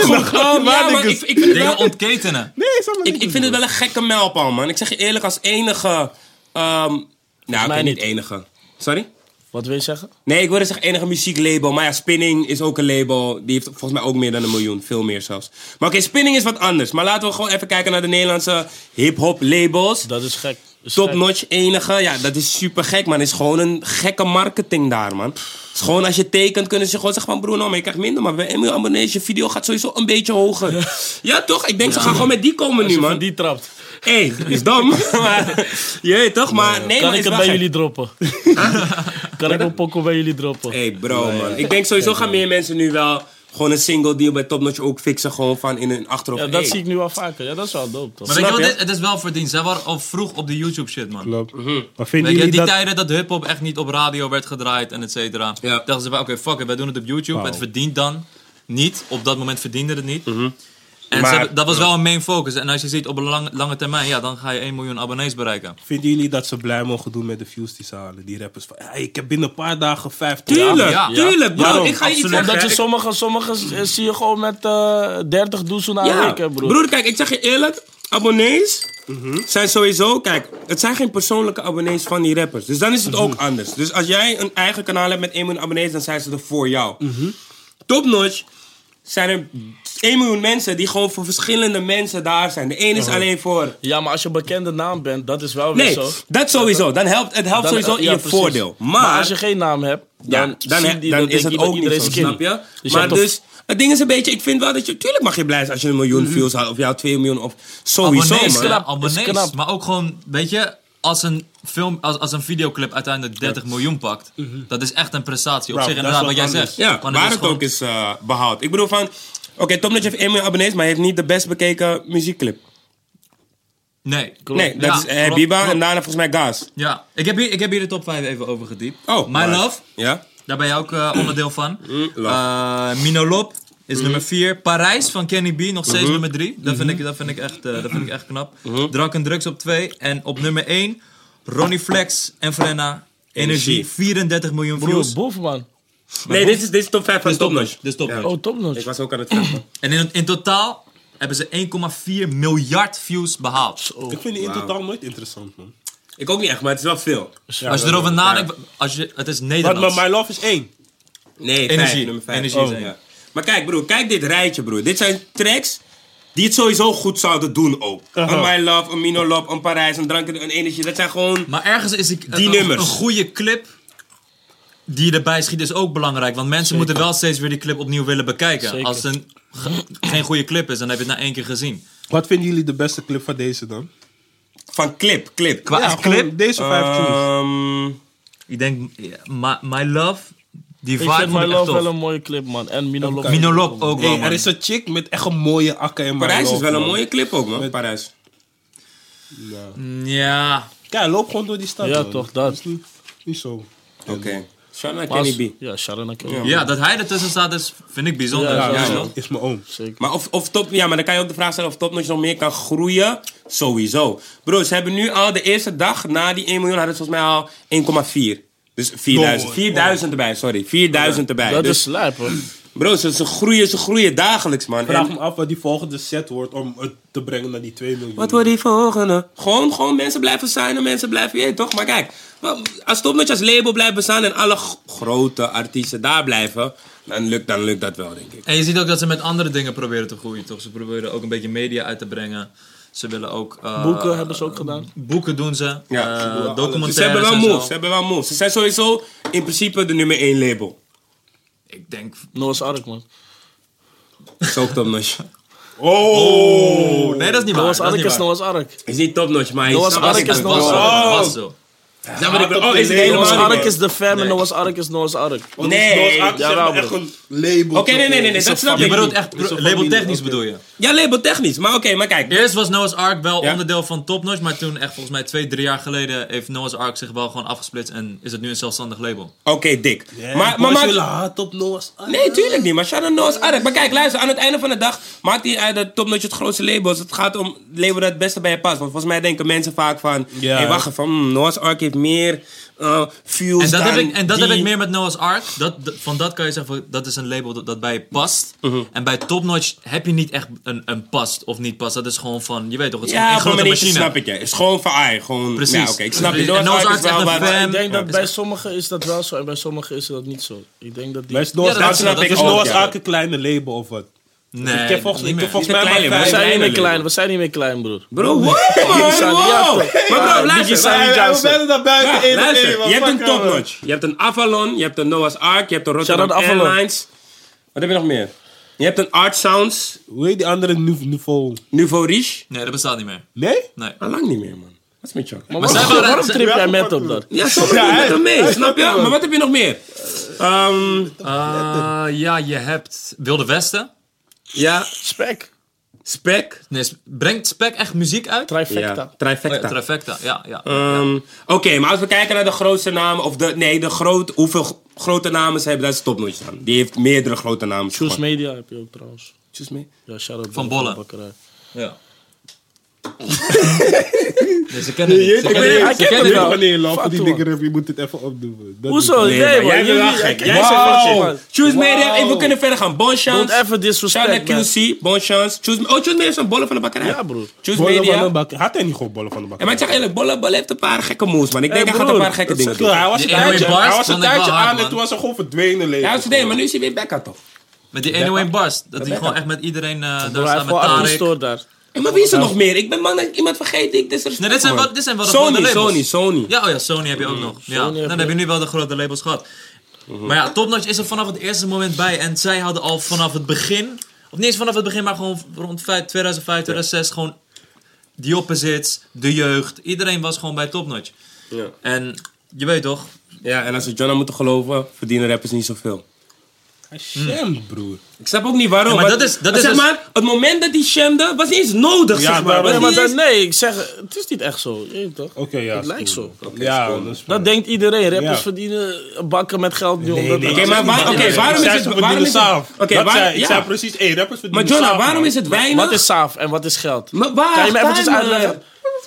goed, ehm, ja, maar ik, ik, vind het dus. Dingen wel, ontketenen. Nee, zal maar ik, ik vind het wel een gekke mijlpaal, man. Ik zeg je eerlijk, als enige... ehm nou, ik mij ben niet niet. enige. Sorry? Wat wil je zeggen? Nee, ik wilde zeggen enige muzieklabel. Maar ja, Spinning is ook een label. Die heeft volgens mij ook meer dan een miljoen. Veel meer zelfs. Maar oké, Spinning is wat anders. Maar laten we gewoon even kijken naar de Nederlandse hip-hop labels. Dat is gek. Dat is Top gek. notch enige. Ja, dat is super gek, man. Het is gewoon een gekke marketing daar, man. Het is gewoon als je tekent, kunnen ze gewoon zeggen van Bruno, maar je krijgt minder. Maar bij Emil abonnees, je video gaat sowieso een beetje hoger. Ja, toch? Ik denk ze gaan gewoon met die komen nu, Als je van man. die trapt. Hé, dat is dom. [LAUGHS] [LAUGHS] maar, je weet toch? Maar nee, kan man, is ik het wel bij gek. jullie [LAUGHS] droppen? kan ik een pokoe bij jullie droppen? Hé, hey bro, man. Ik denk sowieso gaan meer mensen nu wel gewoon een single deal bij Top Notch ook fixen. Gewoon van in een achterhoofd. Ja, dat Hey, zie ik nu al vaker. Ja, dat is wel dope toch? Maar weet je Snap wat, je? het is? het is wel verdiend. Zij waren al vroeg op de YouTube shit, man. Klopt. Maar vinden Weet je, jullie die dat... tijden dat hip-hop echt niet op radio werd gedraaid en et cetera. Ja. Dachten ze van, oké, fuck it, wij doen het op YouTube. Wauw. Het verdient dan niet. Op dat moment verdiende het niet. Mhm. En ze Maar- hebben- dat was wel een main focus. En als je ziet op een lang- lange termijn, ja, dan ga je 1 miljoen abonnees bereiken. Vinden jullie dat ze blij mogen doen met de views die ze halen? Die rappers van, "Hey, ik heb binnen een paar dagen 50. Tuurlijk, Ja, ja. tuurlijk, bro. Daarom, ik ga je iets absoluut. zeggen. Omdat je Ik- sommige, sommige z- eh, zie je gewoon met eh 30 doezoen aan Ja, week, hè, broer. broer, kijk, ik zeg je eerlijk. Abonnees zijn sowieso... Kijk, het zijn geen persoonlijke abonnees van die rappers. Dus dan is het ook anders. Dus als jij een eigen kanaal hebt met 1 miljoen abonnees... dan zijn ze er voor jou. Top Notch zijn er 1 miljoen mensen... die gewoon voor verschillende mensen daar zijn. De ene is alleen voor... Ja, maar als je een bekende naam bent, dat is wel weer Nee, zo. dat sowieso. Dan helpt, het helpt Dan, sowieso eh, in ja, je precies. voordeel. Maar, als je geen naam hebt, dan, ja, dan, zien die dan dat is denk het ik dat ook niet iedereen zo, skinny. snap je? Dus maar hebt toch- dus, het ding is een beetje, ik vind wel dat je... Tuurlijk mag je blij zijn als je een miljoen views haalt. Of jouw 2 miljoen, of sowieso, Abonnees, man. ja, knap, abonnees. is knap. Maar ook gewoon, weet je, als een, film, als, als een videoclip uiteindelijk 30 miljoen pakt, Mhm. dat is echt een prestatie op Bro, zich. dat is Inderdaad, wat jij wel zegt. anders. Ja, Want waar is het gewoon- ook is eh, behaald. Ik bedoel van... Oké, Tom Notch heeft 1 miljoen abonnees, maar hij heeft niet de best bekeken muziekclip. Nee, Nee, dat Ja, is eh, klopt, Biba klopt. en daarna volgens mij Gaas. Ja, ik heb, hier, ik heb hier de top 5 even over gediept. Oh, My maar- Love, Ja? daar ben jij ook eh, onderdeel van. love. Eh, Mino Lop is nummer 4. Parijs van Kenny B, nog steeds nummer 3. Dat, vind ik dat, vind ik echt, eh, dat vind ik echt knap. Drak en Drugs op 2. En op nummer 1, Ronnie Flex en Frenna. Energie, Energie. 34 miljoen Broer, views. boef, man. Nee, dit is, dit is top 5 van Top Notch. Dus top. Oh, topnotch. Ik was ook aan het zeggen. En in, in totaal hebben ze 1,4 miljard views behaald. Ik vind die in totaal nooit interessant, man. ik ook niet echt, maar het is wel veel. als je erover nadenkt, als je, het is Maar, maar Nederlands. My Love is één. Nee, Energie. vijf, nummer vijf. Oh, Energie zijn. ja. Maar kijk broer, kijk dit rijtje broer. Dit zijn tracks die het sowieso goed zouden doen ook. Een My Love, een Mino Love, een Parijs, een Drank en een Energie. Dat zijn gewoon... Maar ergens is ik, Die een, nummers. een goede clip die je erbij schiet is ook belangrijk. Want mensen moeten wel steeds weer die clip opnieuw willen bekijken. Zeker. Als het een, ge- geen goede clip is, dan heb je het na één keer gezien. Wat vinden jullie de beste clip van deze dan? Van clip, Ah, clip. Qua echt gewoon clip, Deze vijf tunes. Ehm, ik denk ja, My, My Love, die Ik vibe vind vond My ik echt Love wel tof. een mooie clip, man. En Mino Love. Mino Lop ook wel, Hey, man. er is een chick met echt een mooie akker in My Parijs is Love, wel een man. mooie clip ook man, Parijs. Ja, Kijk, loop gewoon door die stad. Ja, man. toch, dat. is niet, niet zo. Oké. Shout out Pas- Kenny B. Ja, Sharon en Kenny. ja, dat hij ertussen staat is, vind ik bijzonder. Ja, Ja, ja, toch? man, is mijn oom. Maar, of, of top, ja, maar dan kan je ook de vraag stellen of Topnotch nog meer kan groeien. Sowieso. Bro, ze hebben nu al de eerste dag na die 1 miljoen hadden ze volgens mij al 1,4. Dus 4000. Oh, 4000 erbij, sorry. 4000 erbij. Dat dus, is slijp, hoor. Bro, ze, ze groeien, ze groeien dagelijks, man. Vraag En- me af wat die volgende set wordt om het te brengen naar die 2 miljoen. wat wordt die volgende? Gewoon, gewoon mensen blijven signen, mensen blijven... Je weet toch? Maar kijk, wel, als Topnotch als label blijft bestaan... en alle g- grote artiesten daar blijven... dan lukt, dan lukt dat wel, denk ik. En je ziet ook dat ze met andere dingen proberen te groeien, toch? Ze proberen ook een beetje media uit te brengen. Ze willen ook... eh, Boeken hebben ze ook gedaan. Boeken doen ze. Ja, eh, ze doen documentaires Ze hebben wel en zo. moves, ze hebben wel moves. Ze zijn sowieso in principe de nummer 1 label. Ik denk Noah's Ark, man. Is ook topnotch. Oh! Nee, dat is niet waar. Noah's Dat is Ark niet is waar. Noah's Ark. Is niet topnotch, maar hij Noah's is... Ark Het was is zo, Noah's het Ark. was zo. Ja, maar Oh, ik ben- Oh, is het Noah's helemaal Ark niet, is de fam en Nee. Noah's Ark is Noah's Ark. man. Nee. Ze jawel, hebben echt bro. een label. Oké, nee, nee, nee, nee, dat snap Je ik bedoelt niet. echt labeltechnisch bedoel je? Ja, label technisch, maar oké, maar kijk. Eerst was Noah's Ark wel Ja. onderdeel van Top Notch, maar toen echt volgens mij twee, drie jaar geleden heeft Noah's Ark zich wel gewoon afgesplitst en is het nu een zelfstandig label. Oké, dik. maar, Maar, maar, maar, hard op Noah's Ark. Nee, tuurlijk niet. Maar Shadow Noah's Ark. Maar kijk, luister. Aan het einde van de dag maakt die uit dat Topnotch het grootste label is. Het gaat om het label dat het beste bij je past. Want volgens mij denken mensen vaak van... Ja. hey, wacht even. hmm, Noah's Ark heeft heeft meer eh views En dat, dan heb ik, en dat die. heb ik meer met Noah's Ark. Dat, dat- van dat kan je zeggen, van, dat is een label dat, dat bij je past. En bij Top Notch heb je niet echt een, een past of niet past. Dat is gewoon van, je weet toch, het is Ja, gewoon op een een grote manier machine. snap ik je. Het is gewoon van ai, gewoon. Precies. Ja, oké, ik snap je. Precies. En Noah's Noah's Ark is Ark is wel echt een wat. fan. Ik denk dat Ja. bij sommigen is dat wel zo en bij sommigen is dat niet zo. Ik denk dat die... Maar is Noah's Ja, dat Ark- snap ik is ook, Noah's ja. Ark een kleine label of wat? Nee, ik heb volgens, niet ik heb meer. volgens Niet mij een maar kleine, vijf- we zijn niet meer Eindelijk. klein, we zijn niet meer klein, broer. Bro, what man? [LAUGHS] ja, Wow. bro. Maar bro, Biggie luister. eh, Sally Ja, we Johnson. bellen dat buiten één op Luister, eh, één, man. je hebt een Fuck, man. topnotch. Je hebt een Avalon, je hebt een Noah's Ark, je hebt een Rotterdam Shout-out Avalon. Airlines. Wat heb je nog meer? Je hebt een Art Sounds, Hoe heet die andere nu- niveau? Nouveau Riche. Nee, dat bestaat niet meer. Nee? Nee. Al Ah, lang niet meer, man. Wat is met jou? Maar waarom, zij waren- waarom zij- trip jij Ja, met op dat? Ja, sommigen Ja, doen hij- het mee, snap hij je? snapt het wel. Maar wat heb je nog meer? Ehm, Eh, ja, je hebt Wilde Westen. ja, Spek. Spec. Nee, sp- brengt Spec echt muziek uit? Ja, Trifecta. Oh ja, trifecta. Trifecta, ja. ja. Ehm, Oké, maar als we kijken naar de grootste namen, of de, nee, de groot, hoeveel gro- grote namen ze hebben, dat is topnotch dan. Die heeft meerdere grote namen. Choose gewonnen. Media heb je ook trouwens. Choose me. Ja, shout-out Van Bolle Bolle. Bakkerij. ja. [LAUGHS] nee, ze kennen het niet. Ze kennen Hij het niet. Ze kent kennen het het Wanneer wel. niet. wanneer je lacht voor Fuck, die man. dingen heb, je moet het even opdoen. man. Dat Hoezo? doe ik. Nee, maar man. jij bent wel Jullie- gek. Jij zegt Wauw. van shit, man. Choose media, Wauw. hey, we kunnen verder gaan. Bon Don't chance. ever Shout out disrespect, man. QC, bon chance. Choose, me- oh, Choose Media is een bolle van de bakkerij. Ja, broer. Choose Bollen van Media. de bak. Had hij niet gewoon bollen van de bak? Ja, maar ik zeg eerlijk, bolle, bolle heeft een paar gekke moves, man. Ik denk hij gaat broer, een paar gekke dat dingen zeg doen. Hij was een Die tijdje, NOA bars hij was een zijn wel tijdje hard, aan en man. toen was hij gewoon verdwenen. leven. Ja, dat is het idee, maar nu is hij weer back at toch? Met die 101 Bars. Dat hij gewoon echt met iedereen eh, daar Bro, hij staat. heeft Met wel Tarek. afgestoord daar. Hey, maar wie is er nog meer? Ik ben man, iemand vergeten. Ik disrespect, Nee, dit zijn man. wel- dit zijn wel de Sony, grote labels. Sony, Sony. Ja, oh ja, Sony heb je ook nog. Ja, heb dan je- heb je nu wel de grote labels gehad. Mhm. Maar ja, Topnotch is er vanaf het eerste moment bij. En zij hadden al vanaf het begin... Of niet eens vanaf het begin, maar gewoon rond vijf- 2005, 2006... Gewoon die opposites, de jeugd. Iedereen was gewoon bij Topnotch. Ja. En je weet toch... Ja, en als we Jonah moeten geloven, verdienen rappers niet zoveel. Hij shamt, broer. Ik snap ook niet waarom. Ja, maar want- dat is- dat want is zeg dus- maar, het moment dat hij shamde, was niet eens nodig, Ja, zeg maar- maar. Was Nee, maar niet dat, eens- nee, ik zeg, het is niet echt zo. Je weet toch? Oké, ja. Het is lijkt cool. zo. Ja, dat is Dat cool. denkt iedereen. Rappers Ja. verdienen bakken met geld nu. omdat- nee, Oké, dat maar is waar- niet oké, waar. waarom Ik is zei, het- ze waarom verdienen is het- saaf. oké, Dat waar- zei- Ik ja. zei precies, hé, rappers Maar verdienen Jonah, saaf, waarom man. is het weinig? Wat is saaf en wat is geld? Maar waar? Kan je me Timer. eventjes uitleggen?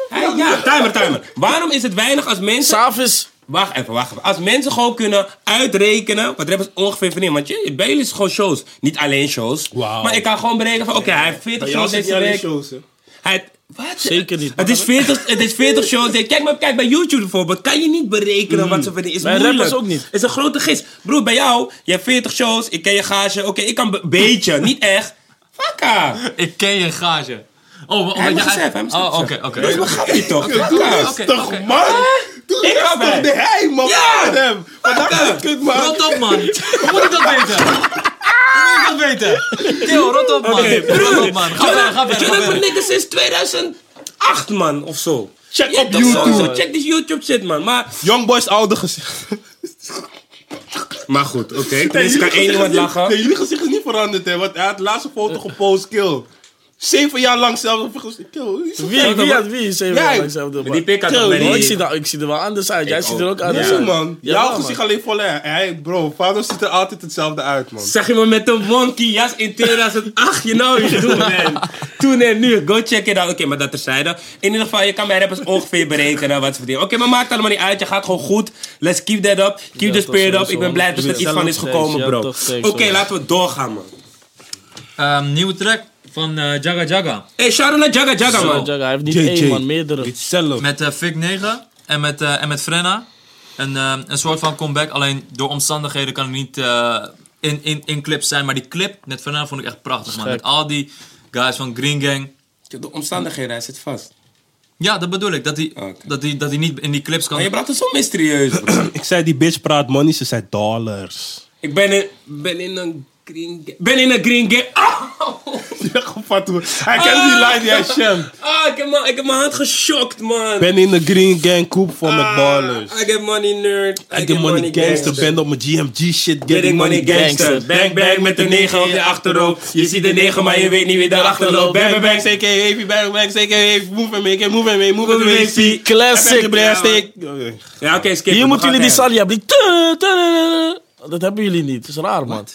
Hey, ja, timer, timer. Waarom is het weinig als mensen... Saaf is... Wacht even, wacht even. Als mensen gewoon kunnen uitrekenen wat rappers ongeveer verdienen. Want je, bij jullie is het gewoon shows. Niet alleen shows. Wauw. Maar ik kan gewoon berekenen van, oké, hij heeft 40 Bij jou shows zit deze niet alleen week. shows, hè? Hij, wat? Zeker niet. Het is 40, het is 40 shows. Kijk, maar, kijk bij YouTube bijvoorbeeld. Kan je niet berekenen wat ze verdienen. Is Bij moeilijk. rappers ook niet. Is een grote gist. Broer, bij jou, je hebt 40 shows. Ik ken je gage. Oké, ik kan een beetje. niet echt. Fakka. [LAUGHS] Ik ken je gage. Oh, omdat Hij je moet het uit- zeggen, hij moet het Oh, oké, zeggen. oké. Dat is mijn grapje toch? Doe Fakka. rustig, oké. man! Doe Ik rustig, ben- nee, hij, man! Ja! Met hem! Maar dat kan het kut, man! Rot op, man. Hoe moet ik dat weten? Hoe moet ik [LAUGHS] dat weten? Yo, rot op, man. rot op, man. Ga verder, ga verder, ga Jonathan verder. Nikkers sinds 2008, man, of zo. Check op Dat is YouTube! sowieso. Check die YouTube shit, man. Maar, Youngboys oude gezicht. maar goed, oké. jullie Tenminste kan één gezicht iemand is niet- lachen. Nee, jullie gezicht is niet veranderd, hè. Want hij had de laatste foto gepost, kill. Zeven jaar lang zelf gezicht, kill. Wie is Wie, wie had wie? Zeven Jij. jaar lang zelf de Met die bak. pik had Chill, toch bij Oh, ik, die- zie dat, ik zie er wel anders uit. Jij Ik ziet er ook. ook anders Nee, uit. man. Ja, Jouw man. gezicht alleen vol hè. Hey, bro, vader ziet er altijd hetzelfde uit, man. Zag je me met een monkey jas in 2008? Je nou je doen, [LAUGHS] man. Toen en nu. Go check it out. Oké, maar dat terzijde. In ieder geval, je kan bij rappers ongeveer berekenen wat ze verdienen. Oké, maar maakt allemaal niet uit. Je gaat gewoon goed. Let's keep that up. Keep the toch, spirit up. sowieso. Ik ben blij dat er iets van is Zelf gekomen, steeds, bro. ja, Oké, toch steeds, hoor. laten we doorgaan, man. Ehm, Nieuwe track van eh, Jaga Jaga. Hey, shout-out naar Jaga Jaga, Zo, man. Jagga, hij heeft niet JJ. één, man. Meerdere. Hetzelfde. Met eh Vic 9 en met, eh, en met Frenna. Een, ehm, een soort van comeback. Alleen door omstandigheden kan het niet eh, in, in, in clips zijn. Maar die clip met Frenna vond ik echt prachtig, man. Met al die guys van Green Gang. De omstandigheden, hij zit vast. Ja, dat bedoel ik. Dat hij Oké. dat die, dat die niet in die clips kan. Maar je bracht het zo mysterieus, bro. Ik zei, die bitch praat money, ze zei [LAUGHS] [CLEARS THROAT] dollars. Ik ben in, ben in een green game. Ben in een green game. Ah! Gevat, hoor. Hij kent die line, die hij shamt. Ah, ik heb mijn- ik heb mijn hand geschokt, man. Ben in de green gang koep voor met dollars. Ah, I get money nerd. I Ah. get money gangster, band op mijn GMG shit, Getting money gangster. Bang bang met de negen op je achterhoofd. Je ziet de negen, maar je weet niet wie daarachter loopt. Bang bang bang. CK, heavy, bang, bang, CK, heavy, move and make, it, move and make, move and make, see. Classic. Ja, oké, skip. Hier We moeten gaan jullie die verder. Salia hebben. die tu- tu- tu- tu- Dat hebben jullie niet. Dat is raar, man.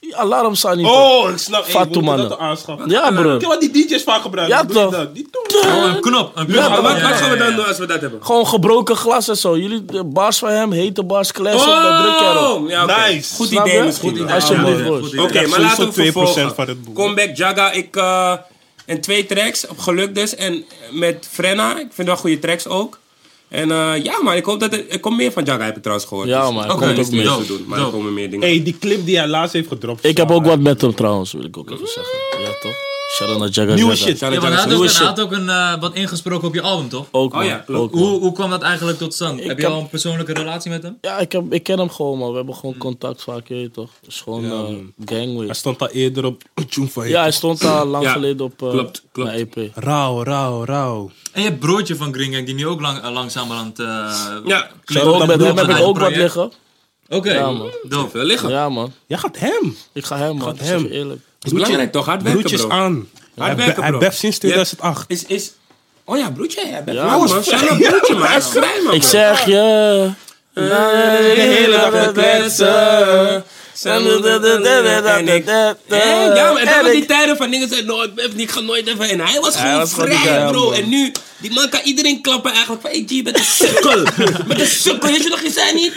die alarm staat niet op. Oh, ik snap. Hey, Fatu we moeten mannen. dat aanschaffen. Ja, bro. Kijk wat die DJ's vaak gebruiken. Ja, Doe je toch? dat? Die toon. Oh, een knop. Een knop. Ja, maar wat, Ja, wat gaan we ja, dan ja. doen als we dat hebben? Gewoon gebroken glas en zo. Jullie de bars van hem, hete bars, classic, dan druk je erop. Ja, oké. Nice. Goed Snap idee je? misschien. Goed wel. idee. Alsjeblieft, Ja. boys. Oké, Ja, maar laten we sowieso 2% vervolgen. van het boek. Comeback Jaga, ik... eh, en twee tracks, op geluk dus. En met Frenna, ik vind wel goede tracks ook. En eh, ja, maar ik hoop dat er... Er komt meer van Jaga, heb ik trouwens gehoord. Ja, Dus maar er oké, komt dus ook niks meer. te doen, maar er Dope. komen meer dingen. Hey, die clip die hij laatst heeft gedropt. Ik heb Sarah. ook wat met hem trouwens, wil ik ook even zeggen. Ja, toch? Sharana Jaga Nieuwe Jaga. shit. Jaga, Ja, Jaga, maar hij had Jaga. ook, Nieuwe een- hij shit. had ook een, eh, wat ingesproken op je album, toch? Ook, man. Oh ja, klopt. ook, man. Hoe, hoe kwam dat eigenlijk tot stand? heb je heb- al een persoonlijke relatie met hem? Ja, ik, heb, ik ken hem gewoon, man. We hebben gewoon contact vaak, je weet toch? Het is gewoon eh, Hij gangway. stond al eerder op een tune van je. Ja, hij stond daar lang Ja, geleden op eh, klopt, klopt. mijn EP. Rauw, rauw, rauw. En je hebt broodje van Green Gang die nu ook lang, eh, langzamerhand... eh Ja, klinkt. Ook met hem heb Eigen ik ook wat project. liggen. Oké, Ja, man. dope. Veel liggen. Ja, man. Jij gaat hem. Ik ga hem, man. Ik hem. zeg je eerlijk. is belangrijk toch? Hard werken, Broertjes bro. aan. Hij Hard be- werken, Hij bro. beft sinds 2008. Is, is... Oh ja, broertje, jij bent Ja, ja, man. was Shout out broertje, man. [LAUGHS] Hij is vrij, man. Ik bro. zeg je... De hele dag met kletsen. En ik... Hè? Ja, maar en dat was die tijden van dingen zei, no, ik ben niet, ik ga nooit even. En hij was gewoon was gewoon die vrij, guy, bro. man. En nu, die man kan iedereen klappen eigenlijk van, hey G, je bent een [LAUGHS] sukkel. met een sukkel, weet je nog, je zei niet.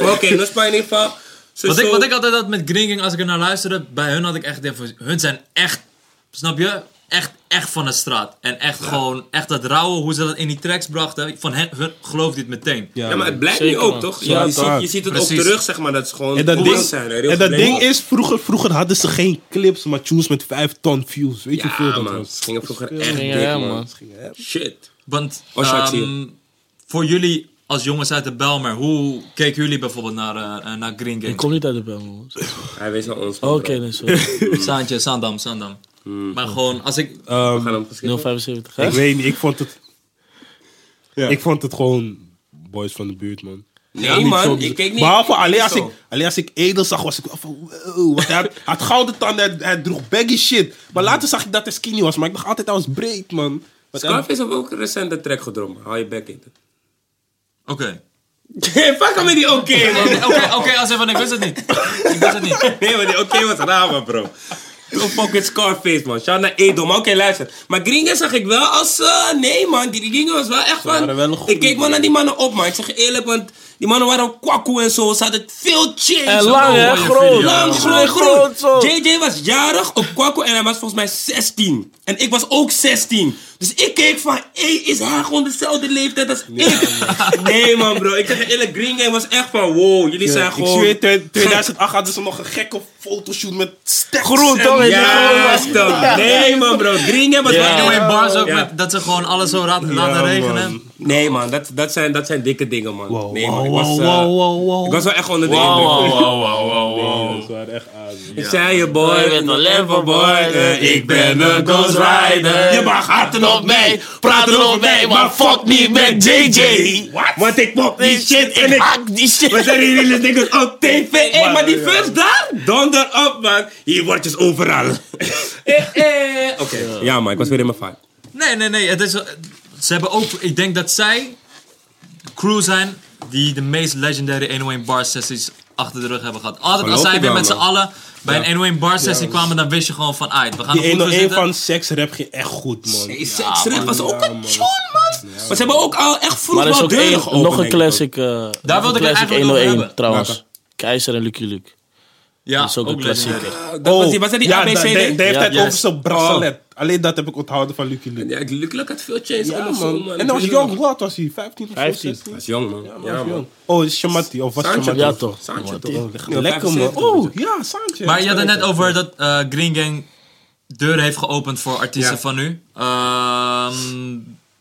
Maar Oké, dat is maar in ieder geval. Zo, Wat ik, Dus zo. wat ik altijd had met Green Gang, als ik er naar luisterde, bij hun had ik echt even... Hun zijn echt, snap je? Echt, echt van de straat. En echt gewoon, echt dat rauwe, hoe ze dat in die tracks brachten. Van hen, hun geloofde dit meteen. Ja, maar het blijft Zeker, nu ook, man. toch? Ja, Ja, je, ziet, toch. je ziet het Precies. ook terug, zeg maar, dat ze gewoon En dat cool ding, zijn. hè, heel en dat verlegen. ding is, vroeger, vroeger hadden ze geen clips, maar tunes met 5 ton views. Weet je hoeveel Ja, dat man. was? Ze gingen vroeger echt Ging dik, hem, man. man. Shit. Want Oh, Sjaak, zie je. ehm, voor jullie als jongens uit de Belmer, hoe keken jullie bijvoorbeeld naar, eh, eh, naar Green Ik Gang? kom niet uit de bel, man. Hij wees naar ons. man, Oké, bro. nee, sorry. [LAUGHS] Saantje, Sandam, Sandam. Maar gewoon, als ik... We gaan hem geschikt. 075, hè? Ik weet niet, ik vond het... Ja. Ik vond het gewoon boys van de buurt, man. Nee, man. Ik keek niet. Behalve alleen als, Zo. ik, alleen als ik Edel zag, was ik wel van wow. Want hij had, hij had gouden tanden, hij, hij droeg baggy shit. Maar later zag ik dat hij skinny was, maar ik dacht altijd hij was breed, man. Want hij- Scarface heeft ook recent een track gedrongen. Hou je bek in. [LAUGHS] Oké. Fuck hem met die [LAUGHS] oké, man. Oké, oké, als even, ik wist het niet. Ik wist het niet. Nee, maar die oké was raar, man, bro. Don't fuck with Scarface, man. Shout naar Edo. Maar oké, luister. Maar Gringa zag ik wel als... eh, nee, man. Die, die Gringa was wel echt van... waren wel een goeie, ik keek wel naar die mannen op, man. Ik zeg je eerlijk, want... Die mannen waren kwakkoe en zo. Ze hadden veel change. En lang, hè? mooie Groot. video. Lang, Ja, groot, groot. zo. JJ was jarig op Kwakko en hij was volgens mij 16. En ik was ook 16. Dus ik keek van, hé, is hij gewoon dezelfde leeftijd als ik? Nee man bro, ik zeg je eerlijk, Green Game was echt van, wow, jullie zijn ik gewoon... zweer, in 2008 hadden ze nog een gekke fotoshoot met steps. Groen, en- toch? Ja, Ja, stel. Nee man bro, Green Game was En wel... in bars ook, Ja. met, dat ze gewoon alles zo ra- laten man. regenen. Nee man, dat, dat, zijn, dat zijn dikke dingen man. nee man, ik wow, was, eh, wow, wow, wow. ik was wel echt onder de Wow, indruk. wow, wow. Ja, ze waren echt aan. Ik zei je boy, Je bent een loverboy. Eh, Ik ben een ghost rider. Je mag haten op mij, praten op mij, maar fuck niet met JJ. Want ik pop die shit en ik... Ah, die [LAUGHS] We shit. zijn hier hele dingen op tv. Hey, maar die vers daar, donder op man. Hier word je overal. [LAUGHS] Eh, eh. [LAUGHS] Oké, ja man, ik was weer in mijn vibe. Nee, nee, nee. Het is, ze hebben ook... Ik denk dat zij crew zijn die de meest legendary 101 bar sessies achter de rug hebben gehad. Altijd als Geloof zij ik weer wel, met z'n man. allen bij een 101 bar sessie kwamen, dan wist je gewoon van... Uit, we gaan Die er goed voor 101 zitten. van seks rap ging echt goed, man. Hey, Sex Red was ook een tune man. Maar ze hebben ook al echt vroeg Maar er is wel ook deuren één- geopend. nog een denk ik, bro. classic. eh, nog wilde een classic ik eigenlijk over 101 hebben. trouwens. Keizer en Lucky Luke. Ja, Dat is ook een legendary. klassieker. Dat was die- was dat die Oh, ja, ABCD? Hij heeft Ja, het yes. over Oh. zijn bracelet. Alleen dat heb ik onthouden van Lucky Luke. Ja, gelukkig had veel change Ja, allemaal zo, man. En Ik dat was weet jong. nog. Hoe oud was hij? 15 of zo, 15. 16? Dat is jong man. Ja, Ja man. man. Oh, is Shamati. Of was Sancho, Shamati? Ja, toch. Saantje toch? Ja, Lekker, man. Oh, ja, Saantje. Maar je had het net over dat eh, Green Gang deuren heeft geopend voor artiesten Ja. van nu. Ehm,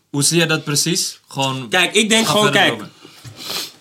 hoe zie je dat precies? Gewoon... Kijk, ik denk Ga gewoon, verder, kijk. Robin.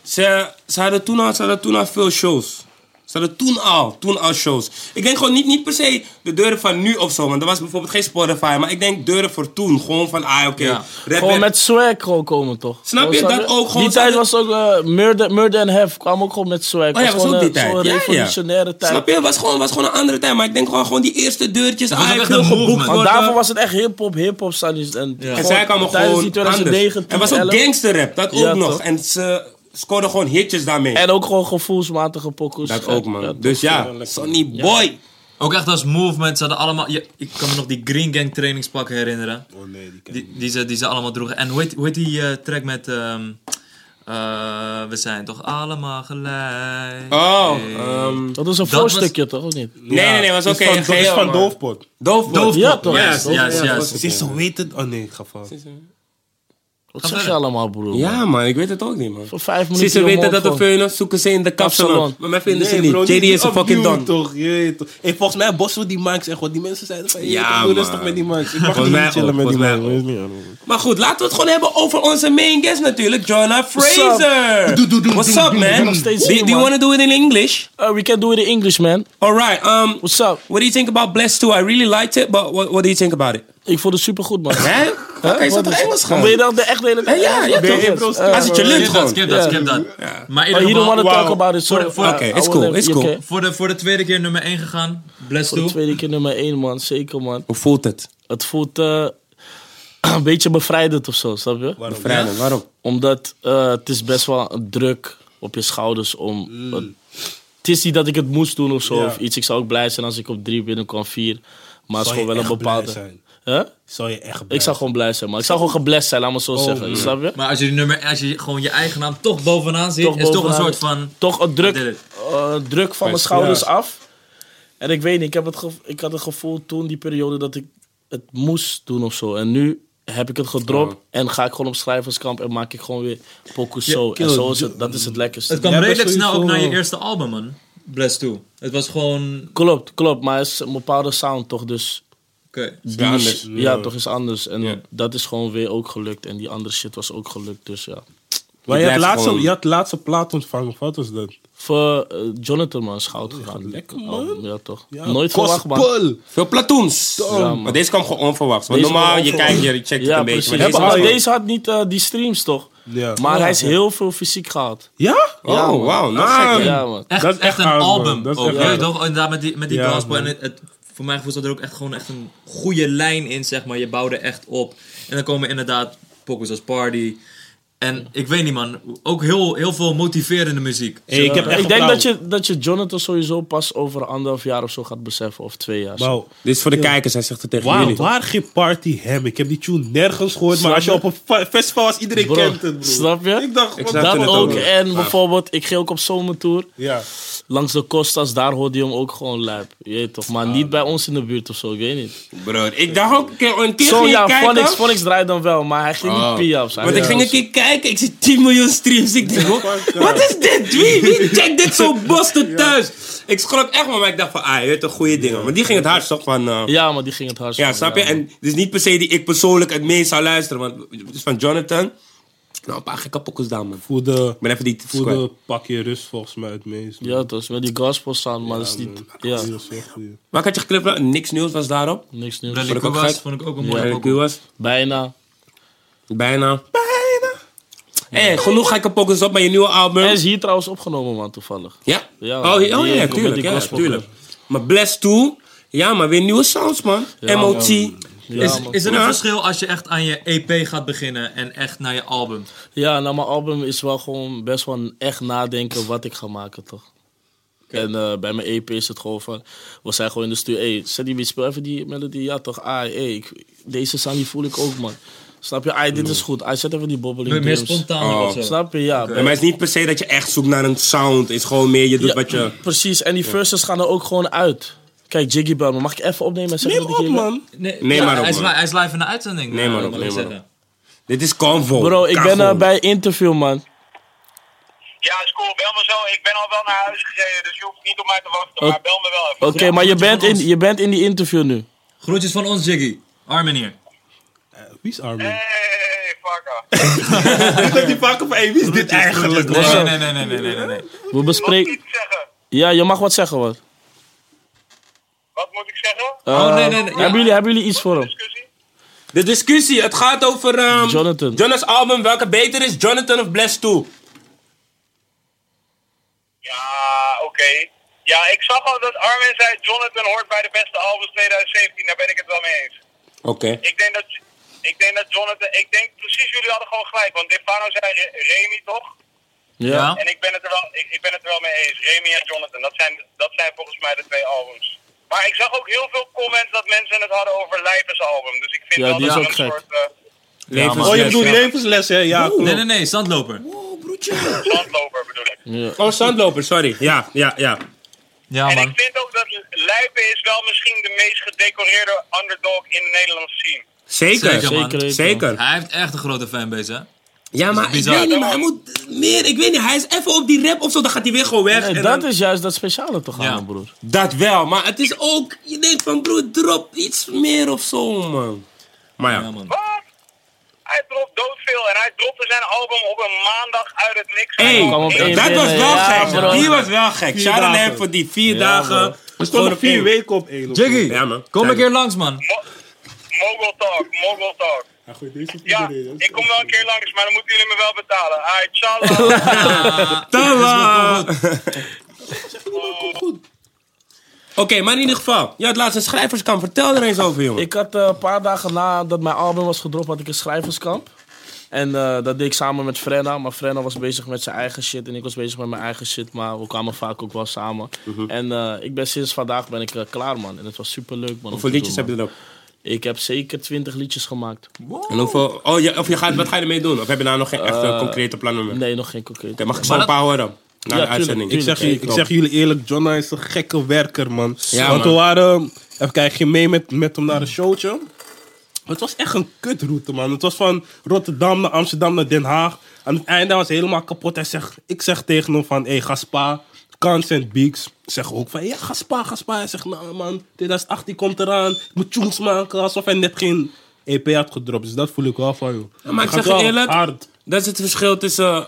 Ze, ze, hadden toen al, ze hadden toen al veel shows. Ze hadden toen al, toen al shows. Ik denk gewoon niet, niet per se de deuren van nu of zo. Want er was bijvoorbeeld geen Spotify. Maar ik denk deuren voor toen. Gewoon van, ah oké. Ja. rap Gewoon werd- met swag gewoon komen, toch? Snap je? Dat ook gewoon- Die tijd was ook... eh, Murder, Murder and Hef kwam ook gewoon met swag. Oh ja, was gewoon, ook die eh, tijd. Zo'n Ja, ja. revolutionaire tijd. Snap je? Het was gewoon, was gewoon een andere tijd. Maar ik denk gewoon, gewoon die eerste deurtjes. was Ah, ook ik echt wil een geboekt movement. worden. Want daarvoor was het echt hip-hop, hip-hop studies. En, gewoon eh, En zij kwamen tijdens die gewoon 2009, anders. Er was ook 2011. gangsterrap, dat ook Ja, nog. toch? En ze scoorden gewoon hitjes daarmee. En ook gewoon gevoelsmatige pokkels. dat Gek, ook, ja, man. Dus ja, Sonny Boy. Ook echt als movement. Ze hadden allemaal... ja, ik kan me nog die Green Gang trainingspakken herinneren. Oh nee, die ken ik. Die, die, ze, die ze allemaal droegen. En hoe heet, hoe heet die eh, track met... ehm, eh, we zijn toch allemaal gelijk. Oh, Eh, ehm, Dat is een Dat was- voorstukje toch, of niet? nee, nee, nee, was oké. Dat is geheel, van maar- Doofpot. Doofpot. Doofpot. Ja, toch? Ja, Yes, Doofpot, yes, ja, yes. was- Ze is zo weet het. Oh nee, ik ga fout. Wat zeg je allemaal, broer? Ja, man, ik weet het ook niet, man. Voor vijf minuten. Sinds ze je weten mond dat de vol. feunen zoeken ze in de kapsalon. Kapsalon. Maar mij vinden ze Nee, bro, niet. JD niet- is een niet fucking don. opnieuw, Toch, jee, toch. Hey, volgens mij bossen die mics echt wat. Die mensen zeiden van, hey, Ja, doe man. rustig met die mics. Ik mag Volgens niet mij ook, chillen met die volgens mij mics. Maar goed, laten we het gewoon hebben over onze main guest natuurlijk, Jonah up? Fraser. Doe, doe, doe, What's doe, up, doe, doe, man? nog Do, steeds do hier, you man. want to do it in English? Uh, we can do it in English, man. Alright, um, What's up? what do you think about Blessed 2? I really liked it, but what, what do you think about it? Ik vond het supergoed, man. Huh? Hè? Oké, is Wat dat is- Engels Dan ben je gaan? dan de echt de hele Eh, ja, ja, Wat toch? is- Bro, eh, Als het je lunt Skip dat, gewoon. skip dat, skip dat. Maar in But ieder you don't want geval... to talk about it, Voor so... de- voor de- Oké, it's cool, it's cool. Voor de, voor de tweede keer nummer 1 gegaan. Bless Voor de toe. tweede keer nummer één, man. Zeker, man. Hoe voelt het? Het voelt eh, [CLEARS THROAT] een beetje bevrijdend of zo, snap je? Bevrijden, waarom? Omdat eh, het is best wel een druk op je schouders om... het- het is niet dat ik het moest doen of zo, Ja. of iets. Ik zou ook blij zijn als ik op drie binnenkwam, vier. Maar Zou het is je gewoon wel een echt blij bepaalde... zijn? Huh? Zou je echt blij Ik zou gewoon blij zijn, maar ik zou gewoon geblest zijn, laat me zo zeggen. Snap je? Maar als je, die nummer, als je gewoon je eigen naam toch bovenaan ziet, Toch is toch een bovenaan. soort van... toch een druk, I did it. eh, druk van mijn schouders af. En ik weet niet, ik, heb het gev- ik had het gevoel toen, die periode, dat ik het moest doen of zo. En nu heb ik het gedropt en ga ik gewoon op schrijverskamp en maak ik gewoon weer pokus zo. En zo is het, dat is het lekkerste. Het kwam Jij bent redelijk snel ook sowieso- naar je eerste album, man. Bless toe. Het was gewoon... Klopt, klopt, maar het is een bepaalde sound toch, dus... Oké. Die weer is- anders. eh, ja, toch is anders. En Ja. dat is gewoon weer ook gelukt. En die andere shit was ook gelukt, dus ja. Maar je had, blijft laatste, gewoon- je had laatste plaat ontvangen, of wat was dat? Voor eh, Jonathan, man, is goud gegaan. lekker, Oh, man. Ja, toch. Ja, Nooit verwacht, man. gospel. Veel platoons. man. Maar deze kwam gewoon onverwachts. Want Deze normaal, kwam je kijkt, je checkt het Ja, een beetje. precies. maar Deze, deze had, was- deze had niet eh, die streams, toch? Ja. Maar hij is heel veel fysiek gehad. Ja? Ja, Oh, man. wauw. Nou, Ah, gek. Ja, man. Echt, Dat is echt echt een aan, man. album. Dat is ook, echt weet je aan. toch? Inderdaad, met die, met die Ja, gospel. En man. het, het- voor mijn gevoel zat er ook echt gewoon echt een goede lijn in, zeg maar. Je bouwde echt op. En dan komen inderdaad pokkers als Party. En ik weet niet, man. Ook heel, heel veel motiverende muziek. Hey, ik heb echt Eh, Ik denk dat vertrouwen. je, dat je Jonathan sowieso pas over anderhalf jaar of zo gaat beseffen. Of twee jaar. Wauw. Dit is voor de kijkers, hij zegt het tegen Waar, jullie. waar geen party hem? Ik heb die tune nergens gehoord, maar Snap als je je? op een fe- festival was, iedereen Bro, kent het, bro. snap je? Ik dacht, Ik wat snap dat het Dat ook ook. wel. En bijvoorbeeld, ik ging ook op zomertour. Ja. Langs de Costas, daar hoorde je hem ook gewoon lijp. Je weet toch? Ah. Maar niet bij ons in de buurt of zo, ik weet niet. Bro, ik dacht ook een keer, een keer Zo ging ik ja, kijken. Phonics, Phonics draait dan wel, maar hij ging Oh. niet P-ups. Want ik ging een keer kijken, ik zie 10 miljoen streams. Ik denk, fuck, wat is dit? Wie, wie checkt dit zo Boston thuis? Ik schrok echt, maar ik dacht van, ah, je weet toch, goede dingen. Maar die ging het hardst toch van... eh, Ja, maar die ging het hard. ja, snap je? En het is niet per se die ik persoonlijk het meest zou luisteren, want het is van Jonathan. Nou, een paar gekke pokkels daar, man. Voor de, Ik ben even die voor kwijt. de pak je rust volgens mij het meest. man. Ja, het was met die gospel sound, maar dat is niet... Ja, Die is echt goed. Maar ik had je geklipt, niks nieuws was daarop. niks nieuws. Bradley ik ook Cooke was, gek. vond ik ook een Ja, mooie ik pokoe. was. Bijna. Bijna. Bijna. Hé, genoeg gekke pokkers op met je nieuwe album. Hij is hier trouwens opgenomen, man, toevallig. Ja? Ja, oh, die ja, oh, ja, ja, comedy tuurlijk. Ja, gospel tuurlijk. Maar Bless Toe, ja, maar weer nieuwe sounds, man. MOT. Is, man. is er een Ja. verschil als je echt aan je EP gaat beginnen en echt naar je album? Ja, nou, mijn album is wel gewoon best wel een echt nadenken wat ik ga maken, toch? En eh, bij mijn EP is het gewoon van, we zijn gewoon in de studio, hey, zet die beat, speel even die melodie, ja toch, ah, hey, ik- deze sound die voel ik ook, man. Snap je, ah, dit is goed, ah, zet even die bobbeling Meer drums. spontaan Oh. of zo? Snap je, ja. Ja, maar het is niet per se dat je echt zoekt naar een sound. Het is gewoon meer, je doet Ja, wat je... Precies, en die verses gaan er ook gewoon uit. Kijk, Jiggy bel me, mag ik even opnemen en zeggen Neem dat ik op, hier ben? man. Nee, Nee, ja, maar op, hij, is, man. li- hij is live in de uitzending. Nee, eh, maar op, mag nee, ik maar op. zeggen. Dit is Convo. Bro, ik ben Convo. eh, bij interview, man. Ja, is cool. Bel me zo. Ik ben al wel naar huis gereden, dus je hoeft niet op mij te wachten. Oh. Maar bel me wel even. Oké, maar je groetjes bent, van in, ons. je bent in die interview nu. Groetjes van ons, Jiggy. Armin hier. Wie is Armin? Hey, fucker. Dat die pakken van, hey, wie is dit eigenlijk? Nee, man? nee, nee, nee, nee, nee, nee, nee. We Moet ik bespreken... iets zeggen? Ja, je mag wat zeggen, wat. Wat moet ik zeggen? Oh, nee, nee, nee. Hebben, jullie, hebben jullie iets Eh, voor hem? Discussie? De discussie, het gaat over... ehm, Jonathan. Jonathan's album, welke beter is, Jonathan of Bless Toe? Ja, oké. Ja, ik zag al dat Armin zei... Jonathan hoort bij de beste albums 2017. Daar ben ik het wel mee eens. Oké. Ik denk dat... Ik denk dat Jonathan... Ik denk precies jullie hadden gewoon gelijk. Want Defano zei Re- Remy, toch? Ja. En ik ben het er wel, ik, ik ben het er wel mee eens. Remy en Jonathan. Dat zijn, dat zijn volgens mij de twee albums. Maar ik zag ook heel veel comments dat mensen het hadden over Lijpers album. Dus ik vind Ja, wel die is dat er ook een gek. soort eh, Levens- Oh, je Yes, bedoelt ja. levensles, hè? Ja, klopt. Nee, nee, nee, zandloper. zandloper bedoel [LAUGHS] ik. Oh, zandloper, sorry. Ja, ja, ja. Ja, en ik man. vind ook dat Lijpen is wel misschien de meest gedecoreerde underdog in de Nederlandse scene. Zeker. Zeker, man. Zeker. Zeker. Hij heeft echt een grote fanbase, hè? Ja, maar ik bizar. weet niet, maar hij moet meer. Ik weet niet, hij is even op die rap of zo, dan gaat hij weer gewoon weg. Nee, en dat dan- is juist dat speciale toch aan, Ja. mijn broer. dat wel, maar het is ook. Je denkt van, broer, drop iets meer of zo, man. Maar ja. Ja, man. Wat? Hij dropt doodveel en hij dropte zijn album op een maandag uit het niks. Hey, Hij kwam kwam op één- één dat was binnen, wel ja, gek. bro. Die was wel gek. Shout out hem voor die vier dagen. bro. We Gewoon stonden op vier één. weken op één. of zo. Jiggy, Ja, man. kom Zijn een keer langs, man. Mo- Mogul Talk, Mogul Talk. Ja, goed, deze is Ja, iedereen, hè? ik kom wel een keer langs, maar dan moeten jullie me wel betalen. [LAUGHS] Hai, tjallah. Tala! [LAUGHS] Goed, goed. Oké, maar in ieder geval. Je had laatst een schrijverskamp. Vertel er eens over, jongen. Ik had eh, een paar dagen nadat mijn album was gedropt, had ik een schrijverskamp. En eh, dat deed ik samen met Frenna. Maar Frenna was bezig met zijn eigen shit en ik was bezig met mijn eigen shit. Maar we kwamen vaak ook wel samen. En eh, ik ben sinds vandaag ben ik eh, klaar, man. En het was super leuk, man. om hoeveel te liedjes doen, heb je erop? man. Ik heb zeker 20 liedjes gemaakt. En hoeveel... Oh, je, of je gaat, wat ga je ermee doen? Of heb je daar nog geen echte Eh, concrete plannen mee? Nee, nog geen concreet. Oké, mag ik zo een paar horen? Na de tuurlijk, uitzending. tuurlijk. Ik zeg, jullie- ik zeg jullie eerlijk, Jonna is een gekke werker, man. Ja, Want man. we waren... Even kijken, ging mee met, met hem naar een showtje. Het was echt een kutroute, man. Het was van Rotterdam naar Amsterdam naar Den Haag. Aan het einde was hij helemaal kapot. Hij zegt, ik zeg tegen hem van, hé, hey, Gaspa, Kans en Beaks. Ik zeg ook van, ja, Gaspa, Gaspa. Hij zegt, nou man, 2018 komt eraan. Ik moet tunes maken, alsof hij net geen EP had gedropt. Dus dat voel ik wel van, joh. Ja, maar ik Hij zeg gaat je wel eerlijk, Hard. dat is het verschil tussen...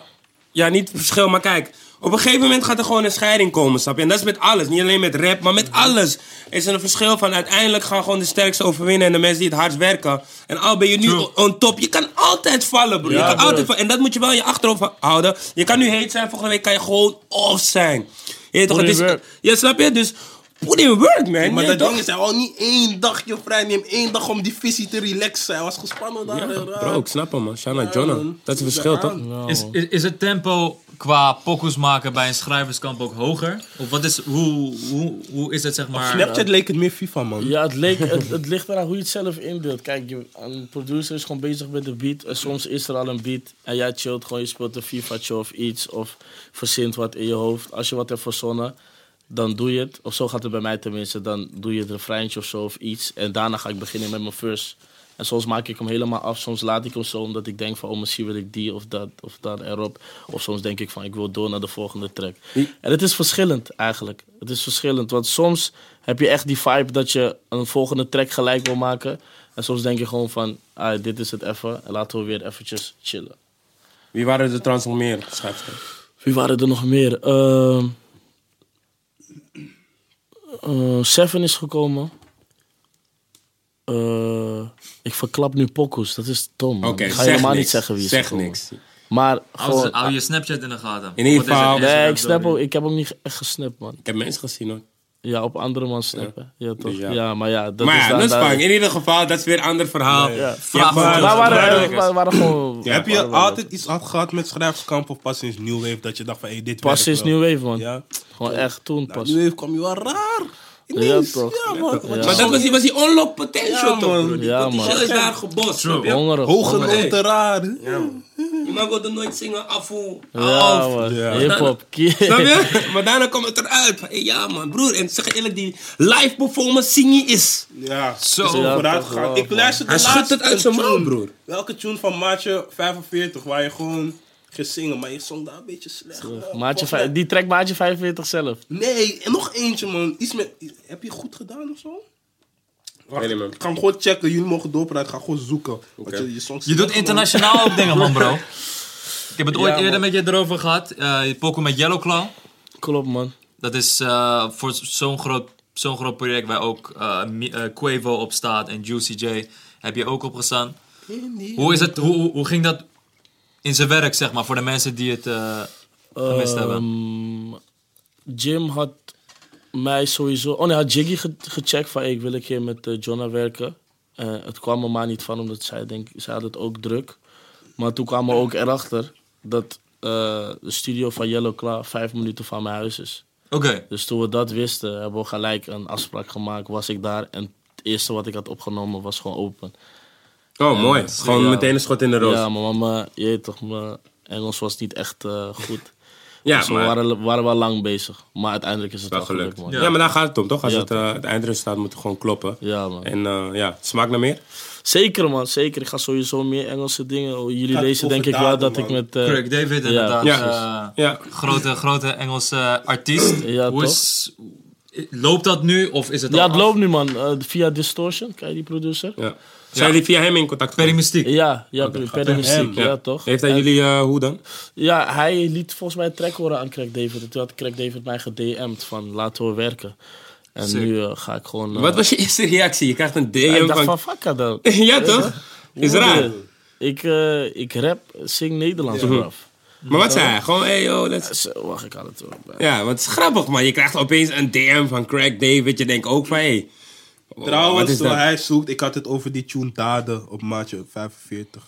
Ja, niet het verschil, maar kijk. Op een gegeven moment gaat er gewoon een scheiding komen, snap je? En dat is met alles. Niet alleen met rap, maar met alles. Is er een verschil van uiteindelijk gaan gewoon de sterkste overwinnen... en de mensen die het hardst werken. En al ben je nu True. on top, je kan altijd vallen, bro. je kan bro. altijd vallen. En dat moet je wel in je achterhoofd houden. Je kan nu heet zijn, volgende week kan je gewoon off zijn. Je weet toch, Put het in is... work. Ja, snap je? Dus, put in work, man. Maar Je dat weet toch? ding is, hij al niet één dagje vrij. Neem één dag om die visie te relaxen. Hij was gespannen daar. Ja, hè, bro, ik snap hem, man. Shana Jonah. man. Dat is het verschil, toch? Is, is, is het tempo qua pokkels maken bij een schrijverskamp ook hoger? Of wat is, hoe, hoe, hoe is het zeg maar? Snapchat leek het meer FIFA, man. Ja, het, leek, het, het ligt eraan hoe je het zelf indeelt. Kijk, je, een producer is gewoon bezig met de beat. En soms is er al een beat en jij chillt gewoon. Je speelt een FIFA-tje of iets. Of verzint wat in je hoofd. Als je wat hebt verzonnen, dan doe je het. Of zo gaat het bij mij tenminste. Dan doe je het refreintje of zo of iets. En daarna ga ik beginnen met mijn verse. En soms maak ik hem helemaal af. Soms laat ik hem zo omdat ik denk van... oh, misschien wil ik die of dat of dat erop. Of soms denk ik van, ik wil door naar de volgende track. En het is verschillend eigenlijk. Het is verschillend. Want soms heb je echt die vibe dat je een volgende track gelijk wil maken. En soms denk je gewoon van, ah, dit is het even. En laten we weer eventjes chillen. Wie waren er trouwens nog meer schrijvers? Wie waren er nog meer? Ehm eh, Seven is gekomen. Eh, ik verklap nu pokus, dat is dom. man. Oké, ik ga zeg helemaal niks. niet zeggen wie is Zeg gekomen. niks. Maar Hou ze- gewoon... hou je Snapchat in de gaten. In ieder Wat is het? geval- Nee, ik, Instagram, snap ook, sorry. ik heb hem niet echt gesnapt, man. Ik heb mensen gezien hoor. Ja, op andere man snappen. Ja, toch? Dus ja. ja. maar ja, dat maar is ja, dan- dan- Nussbang, in ieder geval, dat is weer een ander verhaal. Ja. Vraag maar- maar- Wij waren, Ja, eh, wij waren gewoon... Heb je waren wel- altijd iets had gehad met schrijverskamp of pas sinds New Wave dat je dacht van, hey, dit Pas werkt sinds wel? New Wave, man. Ja. Gewoon echt toen Nou, pas. New Wave kwam je wel raar. Ineens. Ja, Ja, toch. man. Maar dat was die, was die unlocked potential Ja, toch? man. broer? Die Ja, potential man. is daar gebost. snap je? Hongerig. Hoge hongerig. noten raar. Ja, Je mag wilde nooit zingen, afu, Ja, af. man. Ja. Hip-hop. Snap je? Maar daarna komt het eruit. Hey, ja man, broer. En zeg je eerlijk, die live performance zingen is. zo Ja, vooruit toch gegaan. wel, Ik luisterde Hij schudt laatst het uit een zijn mouw, tune. broer. Welke tune van Maatje 45, waar je gewoon ging zingen, maar je zong daar een beetje slecht. man. Maatje, Volgens vij- die trekt maatje 45 zelf. Nee, en nog eentje, man. Iets met... Heb je goed gedaan of zo? Wacht, Weet niet, man. ik ga hem gewoon checken. Jullie mogen doorpraten. Ik ga gewoon zoeken. Want je, je, soms Je doet internationaal ook dingen, man, bro. Ik heb het ooit Ja, eerder man. met je erover gehad. Eh je pokken met Yellow Claw. Klopt, man. Dat is eh, voor zo'n groot, zo'n groot project waar ook eh, Mi- eh, Quavo op staat en Juicy J. Heb je ook op gestaan. Hoe, is het, hoe, hoe- hoe ging dat in zijn werk, zeg maar, voor de mensen die het eh, gemist hebben? Ehm, Jim had mij sowieso... Oh nee, had Jiggy ge- gecheckt van... hey, ik wil een keer met eh, Jonna werken. Eh, het kwam er maar niet van, omdat zij, denk, zij had het ook druk. Maar toen kwamen we ook erachter dat eh, de studio van Yellow Claw vijf minuten van mijn huis is. Oké. Dus toen we dat wisten, hebben we gelijk een afspraak gemaakt. Was ik daar en het eerste wat ik had opgenomen was gewoon open. Oh, mooi. dat is- Gewoon ja. meteen een schot in de roos. Ja, Ja, maar mama, je weet toch, mijn Engels was niet echt eh, [LAUGHS] goed. dus maar, we waren, waren wel lang bezig. Maar uiteindelijk is het wel wel gelukt. gelukt, Ja. man. maar daar gaat het om, toch? Als Ja, het, eh, het eindresultaat moet gewoon kloppen. Ja, man. En eh, ja, smaakt naar meer? Zeker, man. Zeker. Ik ga sowieso meer Engelse dingen. oh, Jullie Gaat lezen denk ik wel overdaden, dat ik man. met... eh, Craig David inderdaad. Ja. eh, Ja. grote, grote Engelse artiest. [CLEARS THROAT] Ja, Hoe toch? is, loopt dat nu of is het al ja, het af? loopt nu, man. Eh, via Distortion, ken je die producer? Ja. Zijn jullie via hem in contact Perry gekomen? Mystiek. Ja, ja, per de muziek. Ja, toch? Heeft hij En- jullie eh, hoe dan? Ja, hij liet volgens mij een track horen aan Craig David. En toen had Craig David mij gedm'd van laten we werken. En nu eh, ga ik gewoon... eh, Wat was je [LAUGHS] eerste reactie? Je krijgt een ja, DM ik dacht van... van, fuck dat dan. [LAUGHS] ja, toch? Is raar. Ik, eh, ik rap, zing Nederlands vanaf. Maar wat zei hij? Gewoon, hey yo, let's... Zo, wacht, ik had het wel. bij. Ja, wat is grappig, man. Je krijgt opeens een DM van Craig David. Je denkt ook van, hey... wow, wat Trouwens, is toen dat? hij zoekt, ik had het over die tune Daden op maatje 45.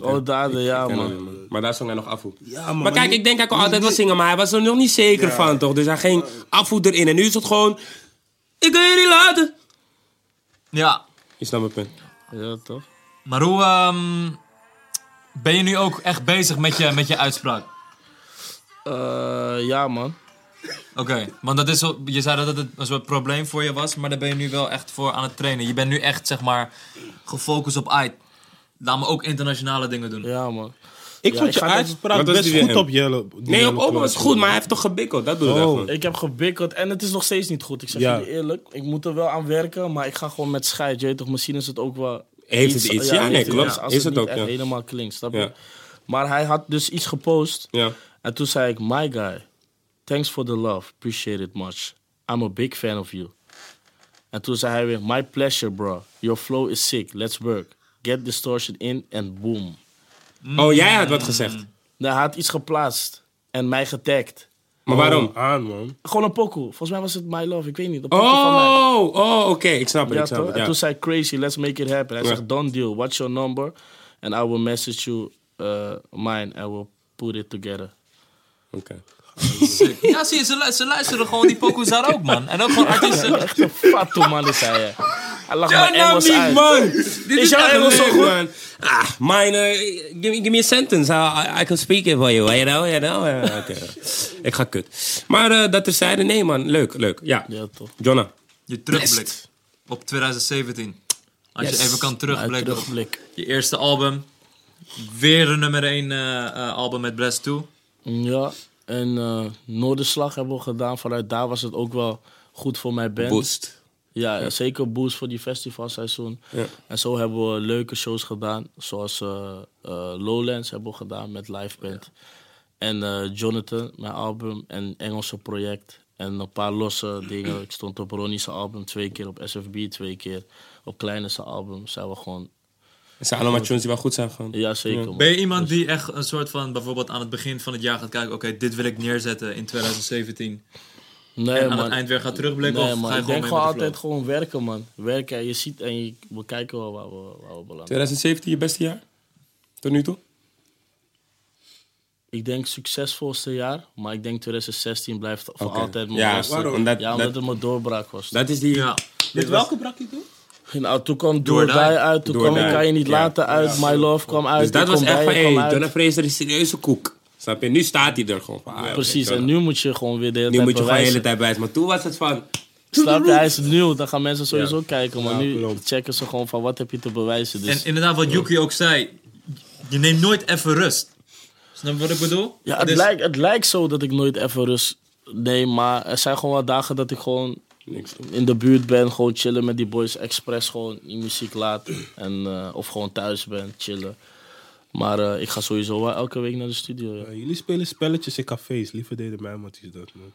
Oh, daden, ja, man. Maar daar zong hij nog afvoer. Ja, man, maar kijk, niet- ik denk hij kon altijd wel zingen, maar hij was er nog niet zeker van, toch? Dus hij ging afvoer erin. En nu is het gewoon... Ik kan jullie laten. Ja. Je snapt mijn punt. Ja, toch? Maar hoe ehm, ben je nu ook echt bezig met je, met je uitspraak? Eh, ja, man. Oké, want dat is, wel- je zei dat het een soort probleem voor je was, maar daar ben je nu wel echt voor aan het trainen. Je bent nu echt, zeg maar, gefocust op uit. Laat me ook internationale dingen doen. Ja, man. Ik Ja, vond ik je ga dat- uitspraak Wat was best die goed weer? op Jelle. Nee, op open was het goed, maar hij heeft toch gebikkeld. Dat bedoel ik Oh. daarvan. Ik heb gebikkeld en het is nog steeds niet goed. Ik zeg Ja. jullie eerlijk, ik moet er wel aan werken, maar ik ga gewoon met scheid. Je weet toch, misschien is het ook wel. Heeft het iets? Ja, nee, heeft het klopt. iets, Als Is is het het, niet ook, echt ja. helemaal klinkt, snap je? Ja. Maar hij had dus iets gepost Ja. en toen zei ik: My guy, thanks for the love, appreciate it much. I'm a big fan of you. En toen zei hij weer: My pleasure, bro. Your flow is sick, let's work. Get distortion in and boom. Oh, jij had wat gezegd. Nou, hij had iets geplaatst en mij getagd. Maar waarom? Oh, Aan, man. Gewoon een pokoe. Volgens mij was het My Love, ik weet niet. Een pokoe van mij. Oh, oh oké, ik snap het. Ja, ik snap toch? het En ja. toen zei ik, Crazy, let's make it happen. Hij Ja. zegt: Done deal, what's your number? And I will message you uh, mine and we'll put it together. Oké. Ja, zie je, ze, lu- ze luisteren gewoon die pokoes daar ook, man. En ook gewoon artiesten. Echt een [LAUGHS] fatte man is hij. hè. Hij lag mijn nou Engels niet, uit. man! Dit is jouw echt Engels zo leuk, goed? man. Ah, mine, eh, give, me- give me a sentence. I, I- I can speak it for you, you know, you know. eh, [LAUGHS] oké. Ik ga kut. Maar eh, dat terzijde, nee, man. Leuk, leuk. Ja. Ja, toch. Jonna. Je terugblik op 2017. Als Yes. je even kan Uit terugblikken op terugblik. je eerste album. Weer een nummer 1 album met Bless 2. Ja, en eh, Noorderslag hebben we gedaan. Vanuit daar was het ook wel goed voor mijn band. Boost. Ja, eh, zeker boost voor die festivalseizoen. En zo hebben we leuke shows gedaan. Zoals eh, eh, Lowlands hebben we gedaan met live band. En eh, Jonathan, mijn album. En Engelse project. En een paar losse dingen. Ik stond op Ronnie's album twee keer. Op SFB twee keer. Op Kleine zijn album zijn we gewoon... Het zijn allemaal tunes die wel goed zijn gegaan. Ja, zeker. man. Ben je iemand die echt een soort van, bijvoorbeeld aan het begin van het jaar gaat kijken, oké, dit wil ik neerzetten in 2017. Nee, en aan het eind weer gaat terugblikken Nee, of man. ga je Ik gewoon denk mee gewoon met de altijd flow? gewoon werken, man. Werken en je ziet en je, we kijken wel waar we, waar we belanden. 2017, je beste jaar? Tot nu toe? Ik denk succesvolste jaar, maar ik denk 2016 blijft voor Oké. altijd mijn Ja, beste. waarom? Omdat, Ja, omdat dat, het mijn doorbraak was. dat is die... dus Ja. Met welke brak je toen? Nou, toen kwam Door Door Die Die. uit, toen Door kwam Ik Die, Kan Je Niet ja. Laten uit, My Love kwam uit. Dus dat Ik was Kom echt Bij van, Je hé, kwam uit. Jonah Fraser is een serieuze koek. Snap je? Nu staat hij er gewoon van. ah, oké, Precies, Jonah. en nu moet je gewoon weer de hele Nu tijd moet je gewoon de hele tijd bewijzen. bij zijn. Maar toen was het van... Snap je, hij is nieuw, dan gaan mensen sowieso kijken. Maar nu klopt. checken ze gewoon van, wat heb je te bewijzen? Dus, En inderdaad, wat Yuki ook zei, je neemt nooit even rust. Snap je wat ik bedoel? ja, het, Dus- lijkt, het lijkt zo dat ik nooit even rust neem, maar er zijn gewoon wel dagen dat ik gewoon Niks. in de buurt ben, gewoon chillen met die boys, expres gewoon die muziek laat. En, eh, of gewoon thuis ben, chillen. Maar eh, ik ga sowieso wel elke week naar de studio. ja. Ja, jullie spelen spelletjes in cafés. Liever deden mij wat is dat, man.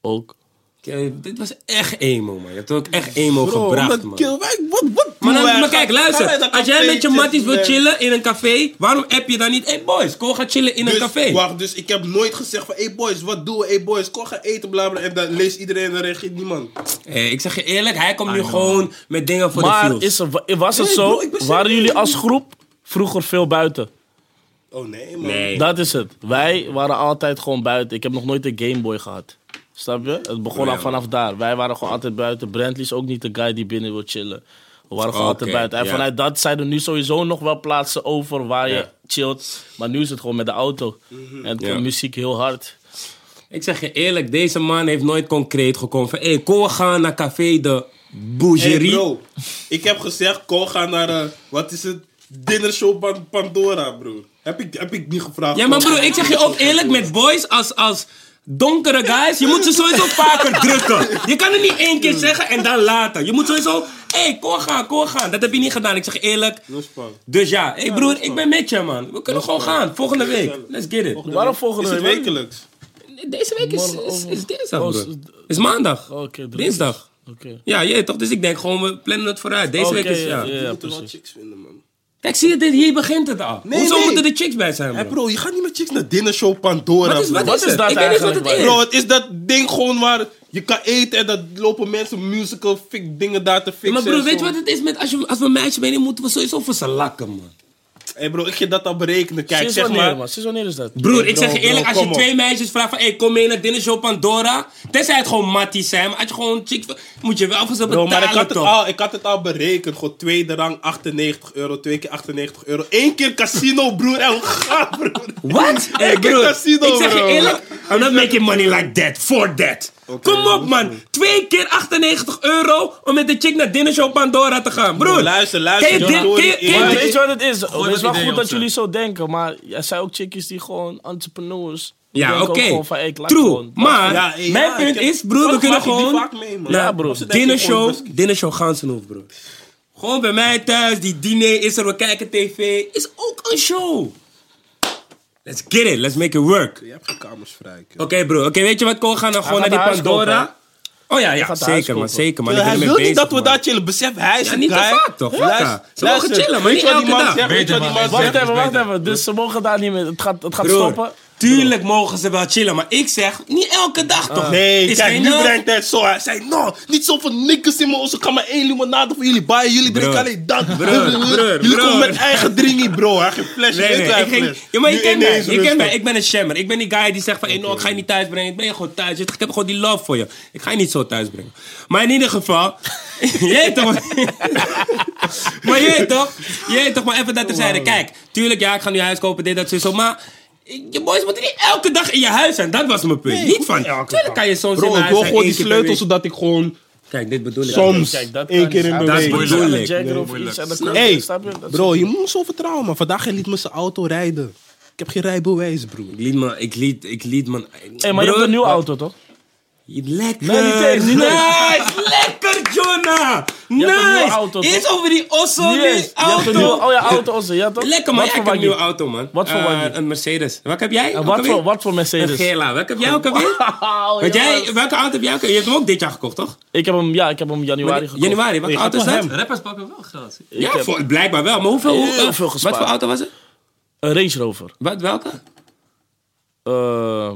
Ook. Oké, dit was echt emo, man. Je hebt ook echt emo gebracht, man. wat, wat Maar, dan, maar kijk, luister. Als jij met je matties wil chillen in een café, waarom app je dan niet... Hey boys, kom gaan chillen in een café. Wacht, dus ik heb nooit gezegd van, hey boys, wat doen we? Hey boys, kom gaan eten, bla bla. En dan leest iedereen en dan reageert niemand. Hey, ik zeg je eerlijk, hij komt nu gewoon met dingen voor de Maar feels. is er, wa- was het Nee, zo? bro, ik ben waren serieus. jullie als groep vroeger veel buiten? Oh nee, man. Nee. Dat is het. Wij waren altijd gewoon buiten. Ik heb nog nooit een Gameboy gehad. Snap je? Het begon Ja, al vanaf daar. Wij waren gewoon altijd buiten. Brantley is ook niet de guy die binnen wil chillen. We waren gewoon Oké, altijd buiten. En ja. vanuit dat zijn er nu sowieso nog wel plaatsen over waar je Ja. Mhm. chillt. Maar nu is het gewoon met de auto. En Ja. muziek heel hard. Ik zeg je eerlijk, deze man heeft nooit concreet gekomen van... Hé, hey, kom we gaan naar café de Hey Bougerie. bro, ik heb gezegd, Cole ga naar, eh, wat is het, dinnershow Pan- Pandora, bro. Heb ik, heb ik niet gevraagd. ja, maar bro. broer, ik zeg je ook eerlijk, met boys als... als Donkere guys, je moet ze sowieso vaker drukken. Je kan het niet één keer zeggen en dan later. Je moet sowieso, hé, hey, kom gaan, kom gaan. Dat heb je niet gedaan. Ik zeg je eerlijk. Lospak. Dus ja, hey broer, ik ben met je, man. We kunnen gewoon gaan. Volgende week. Let's get it. Waarom volgende Is het week? wekelijks? Deze week is, Morgen, is, over- is dinsdag, Oh, broer. is- Oh, is maandag. Oké, drie. Dinsdag. Oké. Ja, je toch? Dus ik denk gewoon, we plannen het vooruit. Deze week Oké, is, ja. ja, We ja. moeten wel precies. chicks vinden, man. Kijk, zie je, dit, hier begint het al. Nee, Hoezo nee. moeten de chicks bij zijn, Hé bro? bro, je gaat niet met chicks naar dinnershow Pandora, Wat is, bro. wat Wat is is het? dat Ik weet niet wat het eigenlijk, is. Bro, het is dat ding gewoon waar je kan eten en dat lopen mensen musical fik, dingen daar te fixen. maar bro, en weet je zo. wat het is? Met, als, je, als we een meisje meenemen, moeten we sowieso voor ze lakken, man. Hé bro, ik ga dat al berekenen. Kijk, Sinds zeg wanneer, maar. man? Sinds wanneer is dat? Broer, ik zeg je bro, eerlijk, als je kom twee meisjes vraagt van... hey, kom mee naar dinnershow Pandora. Tenzij het gewoon matties zijn. Maar als je gewoon chicks... Moet je wel voor ze Bro, maar betalen, ik had, het toch? al, ik had het al berekend. Gewoon tweede rang 98 euro, twee keer 98 euro. Eén keer casino, broer. En ga, [LAUGHS] broer. Wat? Hey, Ik heb broer, casino, ik zeg je bro. eerlijk, I'm not making money like that, for that. Kom op, man. Twee keer 98 euro om met de chick naar dinnershow Pandora te gaan. Broer, Broer, luister, luister, Ken je jongen, dit- hoor ken je- je ken je eerlijk. Maar dit- weet je wat het is? Gooi het is wel dat idee goed op dat ze. jullie zo denken, maar er zijn ook chickies die gewoon entrepreneurs. Die Ja, denken ook oké. gewoon van, hey, ik laat True. gewoon- Maar Ja, ja, mijn ik punt heb- is, broer, we Waarom kunnen maak je die gewoon... vaak mee, man? Ja, Ja, bro. broer. Dinnershow, dinnershow Gansenhoef, broer. Gewoon bij mij thuis, die diner is er, we kijken tv. Is ook een show. Let's get it, let's make it work. Je hebt geen kamers vrij, Oké, bro. Oké, weet je wat, Ko? Gaan dan gewoon naar gaat die de huis Pandora. kopen, oh ja, ja gaat de huis zeker, man. kopen. Zeker, man. Hij Ik ben wil ermee bezig, niet dat we man. daar chillen. Besef, hij is Ja, een niet te guy. vaak, toch? Luister, Vaker. Ze mogen luister. chillen, maar Weet niet je wat die elke man dag. zegt? Weet je wat die man Beter, man. zegt? Wacht even, wacht beter. even. Dus ze mogen daar niet meer. Het gaat, het gaat Broer, stoppen. Tuurlijk mogen ze wel chillen, maar ik zeg niet elke dag Ah. toch? Nee, Is kijk, geen nu nood. brengt hij het zo. Hij zei, no, niet zoveel nikkers in mijn ozen. Ik kan maar één limonade voor jullie baaien. Jullie drinken Broer. alleen dat. broer, jullie broer. komen met eigen drinkie, bro. Hij geen flesje. Nee, nee, weet hij ik ging, fles. ja, maar je Nu kent mij. ineens Je kent mij. rustig. Ik ben een shammer. Ik ben die guy die zegt van, hey, no, ik ga je niet thuis brengen. Ik ben je gewoon thuis. Ik heb gewoon die love voor je. Ik ga je niet zo thuis brengen. Maar in ieder geval, [LAUGHS] je weet toch? [LAUGHS] maar je weet toch? Je weet toch? Maar even dat terzijde. Kijk, tuurlijk, ja, ik ga nu huis kopen, dit, dat, zo, maar... Je boys moeten niet elke dag in je huis zijn. Dat was mijn punt. niet van. Tuurlijk kan je soms in Bro, ik huis wil zijn, één gewoon die keer per sleutel week. zodat ik gewoon Kijk, dit bedoel ik. soms Kijk, dat kan één keer niet. in de Dat is week. moeilijk. Aan de moeilijk. jagger of Moeilijk. iets. En dan Hé, kan hey, snap je? Dat- bro, je moet zo vertrouwen, man. Vandaag hij liet me zijn auto rijden. Ik heb geen rijbewijs, broer. Ik liet me, oh. ik liet, ik liet man. Hé, maar je hebt een nieuwe auto, toch? Lekker. Nee, niet eens, niet nice, lekker Jonah. Je hebt een nieuwe Nice. auto, toch? Eerst over die Osso, Niet die eens. Je hebt auto. een nieuwe- Oh ja, auto onze, ja toch? Lekker man, Wat jij voor hebt een waggie? nieuwe auto man. Wat voor Eh, waggie? Een Mercedes. Welke heb jij? En Ook Wat alweer? voor, wat voor Een Mercedes? Gela. Welke heb jij ook alweer? Oh, Want jij, jongens. welke auto heb jij ook Je hebt hem ook dit jaar gekocht toch? Ik heb hem, ja, ik heb hem januari gekocht. Januari, welke Je auto is gaat dat? wel Rappers pakken wel gratis. Ja, heb- voor- blijkbaar wel. Maar hoeveel? hoe- Heel eh, veel wat gespaard. voor auto was het? Een Range Rover. Wat, welke? Eh,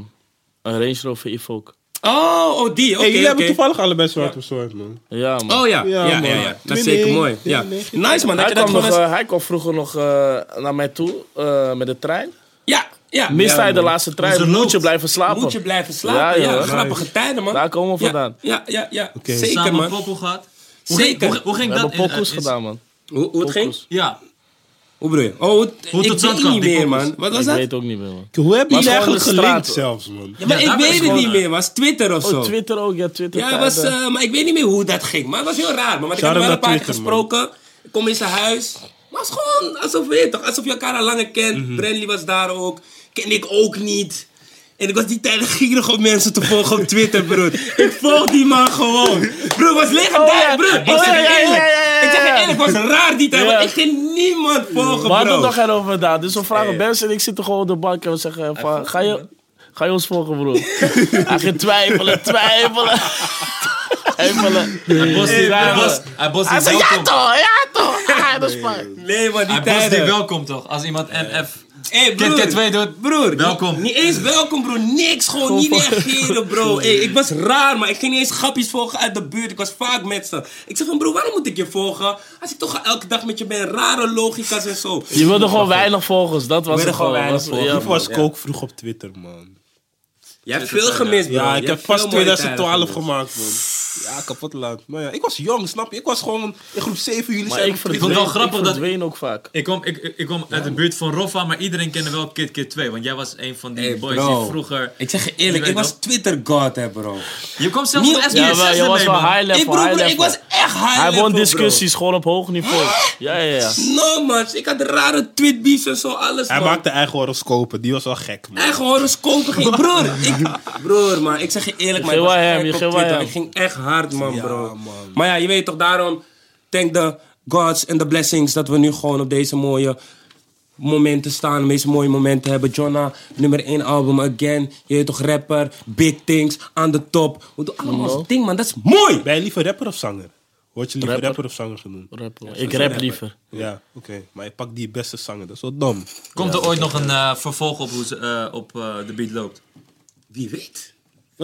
een Range Rover Evoque. Oh, oh die. Oké, hey, jullie hebben oké. toevallig allebei zwart op zwart, man. Ja, man. Oh ja, ja, Ja, ja, man. ja, dat is Twinning, zeker mooi. Ja. twinning. Nice man, dat Hij je dat kwam, gewoon nog, eens... eh, hij kwam vroeger nog eh, naar mij toe eh, met de trein. Ja, ja. Mist ja, hij de man. laatste trein, Onze moet nood. je blijven slapen. Moet je blijven slapen. Ja, Ja, joh. grappige tijden, man. Daar komen we Ja, vandaan. Ja, ja, ja. Zeker, Samen man. poppel gehad. Hoe ging- Zeker. Hoe, hoe ging We dat? hebben in- pokoes eh, is- gedaan, man. Hoe, hoe het ging? Ja. Hoe bedoel je? Oh, het, Hoe het ik tot stand weet kwam, niet die meer, poppers. man. Wat was Ik dat? weet ook niet meer, man. Hoe hebben jullie Maar gewoon eigenlijk de straat, gelinkt hoor. zelfs, man? Ja, maar Ja, ik daar was weet het gewoon, niet eh, meer. Was Twitter of Oh, zo? Twitter ook, ja, Twitter. Ja, het was, tijden. eh, maar ik weet niet meer hoe dat ging. Maar het was heel raar, man. Want ik heb Shout-out hem wel een paar naar keer Twitter, man. gesproken. Ik kom in zijn huis. Maar het was gewoon alsof, weet je toch, alsof je elkaar al langer kent. Brandley was daar ook. Ken ik ook niet. En ik was die tijd gierig om mensen te volgen op Twitter, broer. Ik volg die man gewoon. Broer, was legendarisch, ja. broer. Oh, ik zeg je ja, ja, eerlijk. ja, ja, ja, Ik zeg je ja. eerlijk, het was raar die tijd. Ja. Want ik ging niemand volgen, we hadden bro. het nog erover gedaan. Dus we vragen mensen en ik zit er gewoon op de bank en we zeggen van, ga je, ga je ons volgen, [LAUGHS] broer? Hij ging twijfelen, twijfelen. twijfelen. Hij bost die- Ja, hij man. bost- Hij bost Hij die zei, ja welkom. toch, ja toch. Ah, dat is fijn. Nee, maar die Hij bost die tijden. welkom toch? Als iemand NF... Hey, broer. Kijk, T2 doet. Broer, Welkom. Niet, niet eens welkom, bro. Niks, gewoon niet reageren, bro. Hey, ik was raar, maar ik ging niet eens grapjes volgen uit de buurt. Ik was vaak met ze. Ik zeg van, bro, waarom moet ik je volgen? Als ik toch elke dag met je ben, rare logica's en zo. Je wilde gewoon weinig volgers, dat was wilde het gewoon gewoon. weinig was- volgers. ja, Of man. was ik ook vroeg op Twitter, man? Jij hebt veel gemist, bro. Ja, Je ik hebt heb veel pas mooie tijden 2012 gemist. gemaakt, man. Ja, kapot laat. Maar ja, ik was jong, snap je? Ik was gewoon in groep 7, jullie Maar zijn ik op drie. verdween, wel ik grappig dat- verdween ook vaak. Ik kwam, ik, ik ik kwam uit de buurt van Roffa, maar iedereen kende wel Kid Kid 2. Want jij was een van die Hey, boys bro. die vroeger... Ik zeg je Je eerlijk, weet ik was wel. Twitter-god, hè, bro. Je kwam zelfs Niet- op SBS Ja, Ja, wel, je was mee, wel man. high level, ik bedoel, high bro, level. ik was echt high Hij level, won bro. discussies gewoon op hoog niveau. Ja, ja, ja. No, man. Ik had rare tweetbeefs en zo, alles, Hij man. maakte eigen horoscopen, die was wel gek, man. Eigen horoscopen ging... Broer, ik, broer, man. Ik zeg je eerlijk, man. ging ik was wel hem, gek je op ging wel Twitter. hem. Ik ging echt hard, man, Ja, bro. man. Maar ja, je weet toch, daarom... Thank the gods and the blessings dat we nu gewoon op deze mooie momenten staan. De meest mooie momenten hebben. Jonna, nummer 1 album, Again. Je weet toch, rapper. Big things, aan de top. We doen allemaal ons ding, man. Dat is mooi. Ben je liever rapper of zanger? Word je liever Rapper. rapper, of zanger genoemd? Rapper. ik rap liever. Ja, oké. Maar je pakt die beste zanger, dat is wel dom. Komt er ooit nog een eh, vervolg op hoe ze eh, op eh, de beat loopt? Wie weet.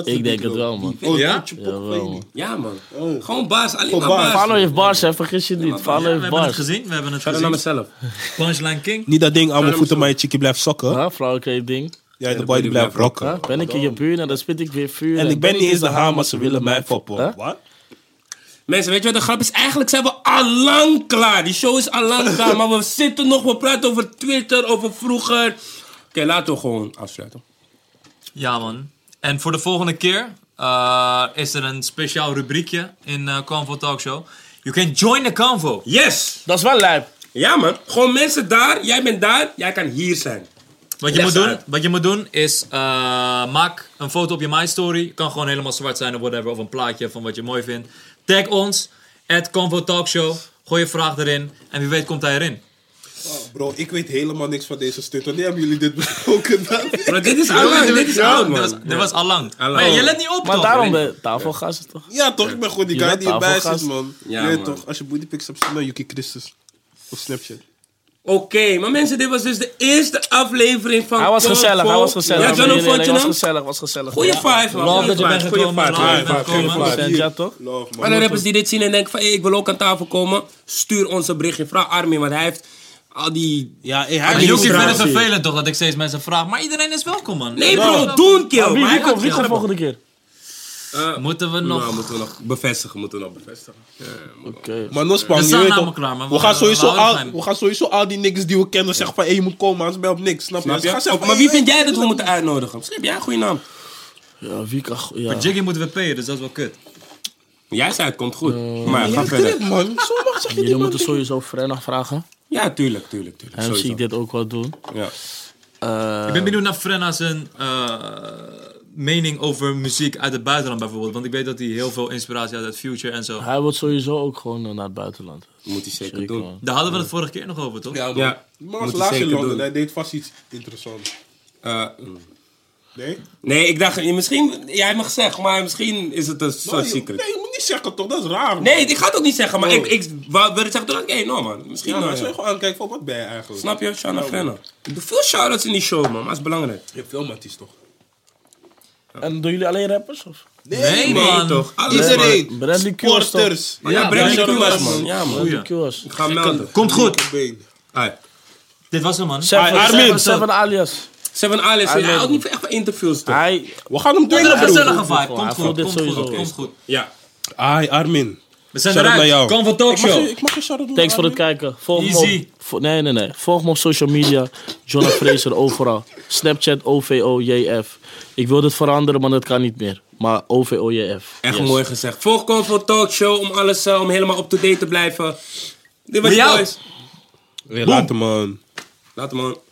Ik denk het wel, man. Oh, Ja? Toetje Pop, Jawel, weet ik man. niet. Ja, man. Gewoon baas, alleen maar Gewoon baas. Oh. baas. Fano heeft bars, hè. Vergis je niet. Ja, we Fano heeft hebben het bars. gezien. We hebben het Shout-out naar gezien. mezelf. Punchline King. Niet dat ding aan mijn hem voeten, maar je chickie blijft sokken. Huh? Flauwekreet ding. Jij de boy die blijft rocken. Huh? Ben ik in je buurt en dan spit ik weer vuur. En ik ben niet eens de haan, maar ze willen mij foppen. Huh? Wat? Mensen, weet je wat de grap is? Eigenlijk zijn we allang klaar. Die show is allang klaar, maar we zitten nog, we praten over Twitter, over vroeger. Oké, laten we gewoon afsluiten. Ja, man. En voor de volgende keer eh, is er een speciaal rubriekje in eh Convo Talkshow. You can join the Convo. Yes! Dat is wel lijp. Ja man, gewoon mensen daar, jij bent daar, jij kan hier zijn. Wat je, Leg moet ze doen, uit. wat je moet doen is eh, maak een foto op je My Story. Kan gewoon helemaal zwart zijn of whatever. Of een plaatje van wat je mooi vindt. Tag ons. At Convo Talkshow. Gooi je vraag erin. En wie weet komt hij erin. Bro, ik weet helemaal niks van deze stunt. Wanneer hebben jullie dit [LAUGHS] besproken Maar dit is allang, dit is oud Dit was, man. dit was allang. Allang. Maar ja, je let niet op Maar toch? daarom eh, de tafelgast toch? [LAUGHS] Ja, toch? Ik ben gewoon die Je guy bent die erbij zit, tafelgast. man. Ja, je weet man. toch? Als je bootypics hebt, stuur naar Yuki Christus. Of Snapchat. Oké, maar mensen, dit was dus de eerste aflevering van Hij was Convo. gezellig, hij was Ja, gezellig. John, hoe Nee, nee, vond nee, je was hem? gezellig, was gezellig. Goeie Ja. vibe man, Love goeie dat je bent vibe, goeie gekomen, vibe. love. Goeie bent gekomen. Love, Procent, ja, toch? Love, Maar man. de rappers die dit zien en denken van, hey, ik wil ook aan tafel komen, stuur ons een berichtje. Vraag Armin, want hij heeft al die... Ja, hey, Maar hij Yuki Joekie is vindt het Frustratie. vervelend toch dat ik steeds mensen vraag. Maar iedereen is welkom man. Nee bro, doe een keer. Wie, Nou, maar hij wie gaat hier komt wie komt hebben. volgende keer? Eh, Moeten we Nou, nog... moeten we nog bevestigen, moeten we nog bevestigen. Ja, ja, moeten we- Oké. Maar Nospang, We je staan weet namelijk toch, klaar, man. we, gaan We- sowieso we houden al, geheim. we gaan sowieso al die niggas die we kennen zeggen van, hé, je moet komen, anders ben je op niks. Snap je? Snap Ze gaan je? zeggen van, oh, maar hey, wie vind hey, jij dat we moeten uitnodigen? Misschien heb jij een goede naam. Ja, wie kan... Ja. Jiggy moeten we payen, dus dat is wel kut. Jij zei het komt goed. maar ga Ja, verder. Krip, man. Zo mag zeg je Jullie die man dingen. moeten sowieso Frenna vragen. Ja, tuurlijk, tuurlijk, tuurlijk. Hem zie Sowieso. ik dit ook wel doen. Ja. Eh, Ik ben benieuwd naar Frenna zijn eh, mening over muziek uit het buitenland bijvoorbeeld. Want ik weet dat hij heel veel inspiratie had uit Future en zo. hij wordt sowieso ook gewoon eh, naar het buitenland. Moet hij zeker, Zeker, doen. man. Daar hadden we het vorige keer nog over, toch? Ja, man. Ja, Die man moet was hij laatst in zeker Londen, doen. hij deed vast iets interessants. Eh, mm. Nee? nee, ik dacht, misschien, jij mag zeggen, maar misschien is het een soort je- secret. Ah, Nee, je moet niet zeggen toch, dat is raar. man. Nee, ik ga het ook niet zeggen, maar Oh. ik, ik wou- wilde zeggen, toen dacht ik, hey, no man, misschien Ja, wel, maar als ja. je gewoon aankijkt van, wat ben je eigenlijk? Snap je? Shana Frenna. Ik doe veel shout-outs in die show, man, maar dat is belangrijk. Je hebt veel matties toch? En doen jullie alleen rappers? Of? Nee, Nee, man. toch? Alles, man. Iedereen. Eh, Bradley Cures, toch? Sporters. Ja, Ja, breng je Bradley kulas, Cures, man. Ja, man. Goeie. Bradley Cures. Ik ga hem melden. Komt goed. Been. Alright. Dit was hem, man. Seven, Armin. Seven, Seven alias. Seven Alice, Hij hij houdt meldt. niet echt van interviews, toch? Hij, We gaan hem Een dwingen, broer. gezellige vibe. Hij voelt Komt goed, dit komt goed, sowieso. komt goed. Ja. Ai, Armin. We zijn Shout-out naar jou. eruit. Kan van Ik mag, je- Talkshow. ik mag geen shout-out doen thanks aan voor het Armin. kijken. Volg me Easy. op, vo- nee, nee, nee. Volg me op social media. Jonah Fraser overal. Snapchat OVOJF. Ik wil dit veranderen, maar dat kan niet meer. Maar OVOJF. Echt Yes. mooi gezegd. Volg Convo Talk Show om alles eh, om helemaal up to date te blijven. Dit was We het, out. boys. Later, man. Later man.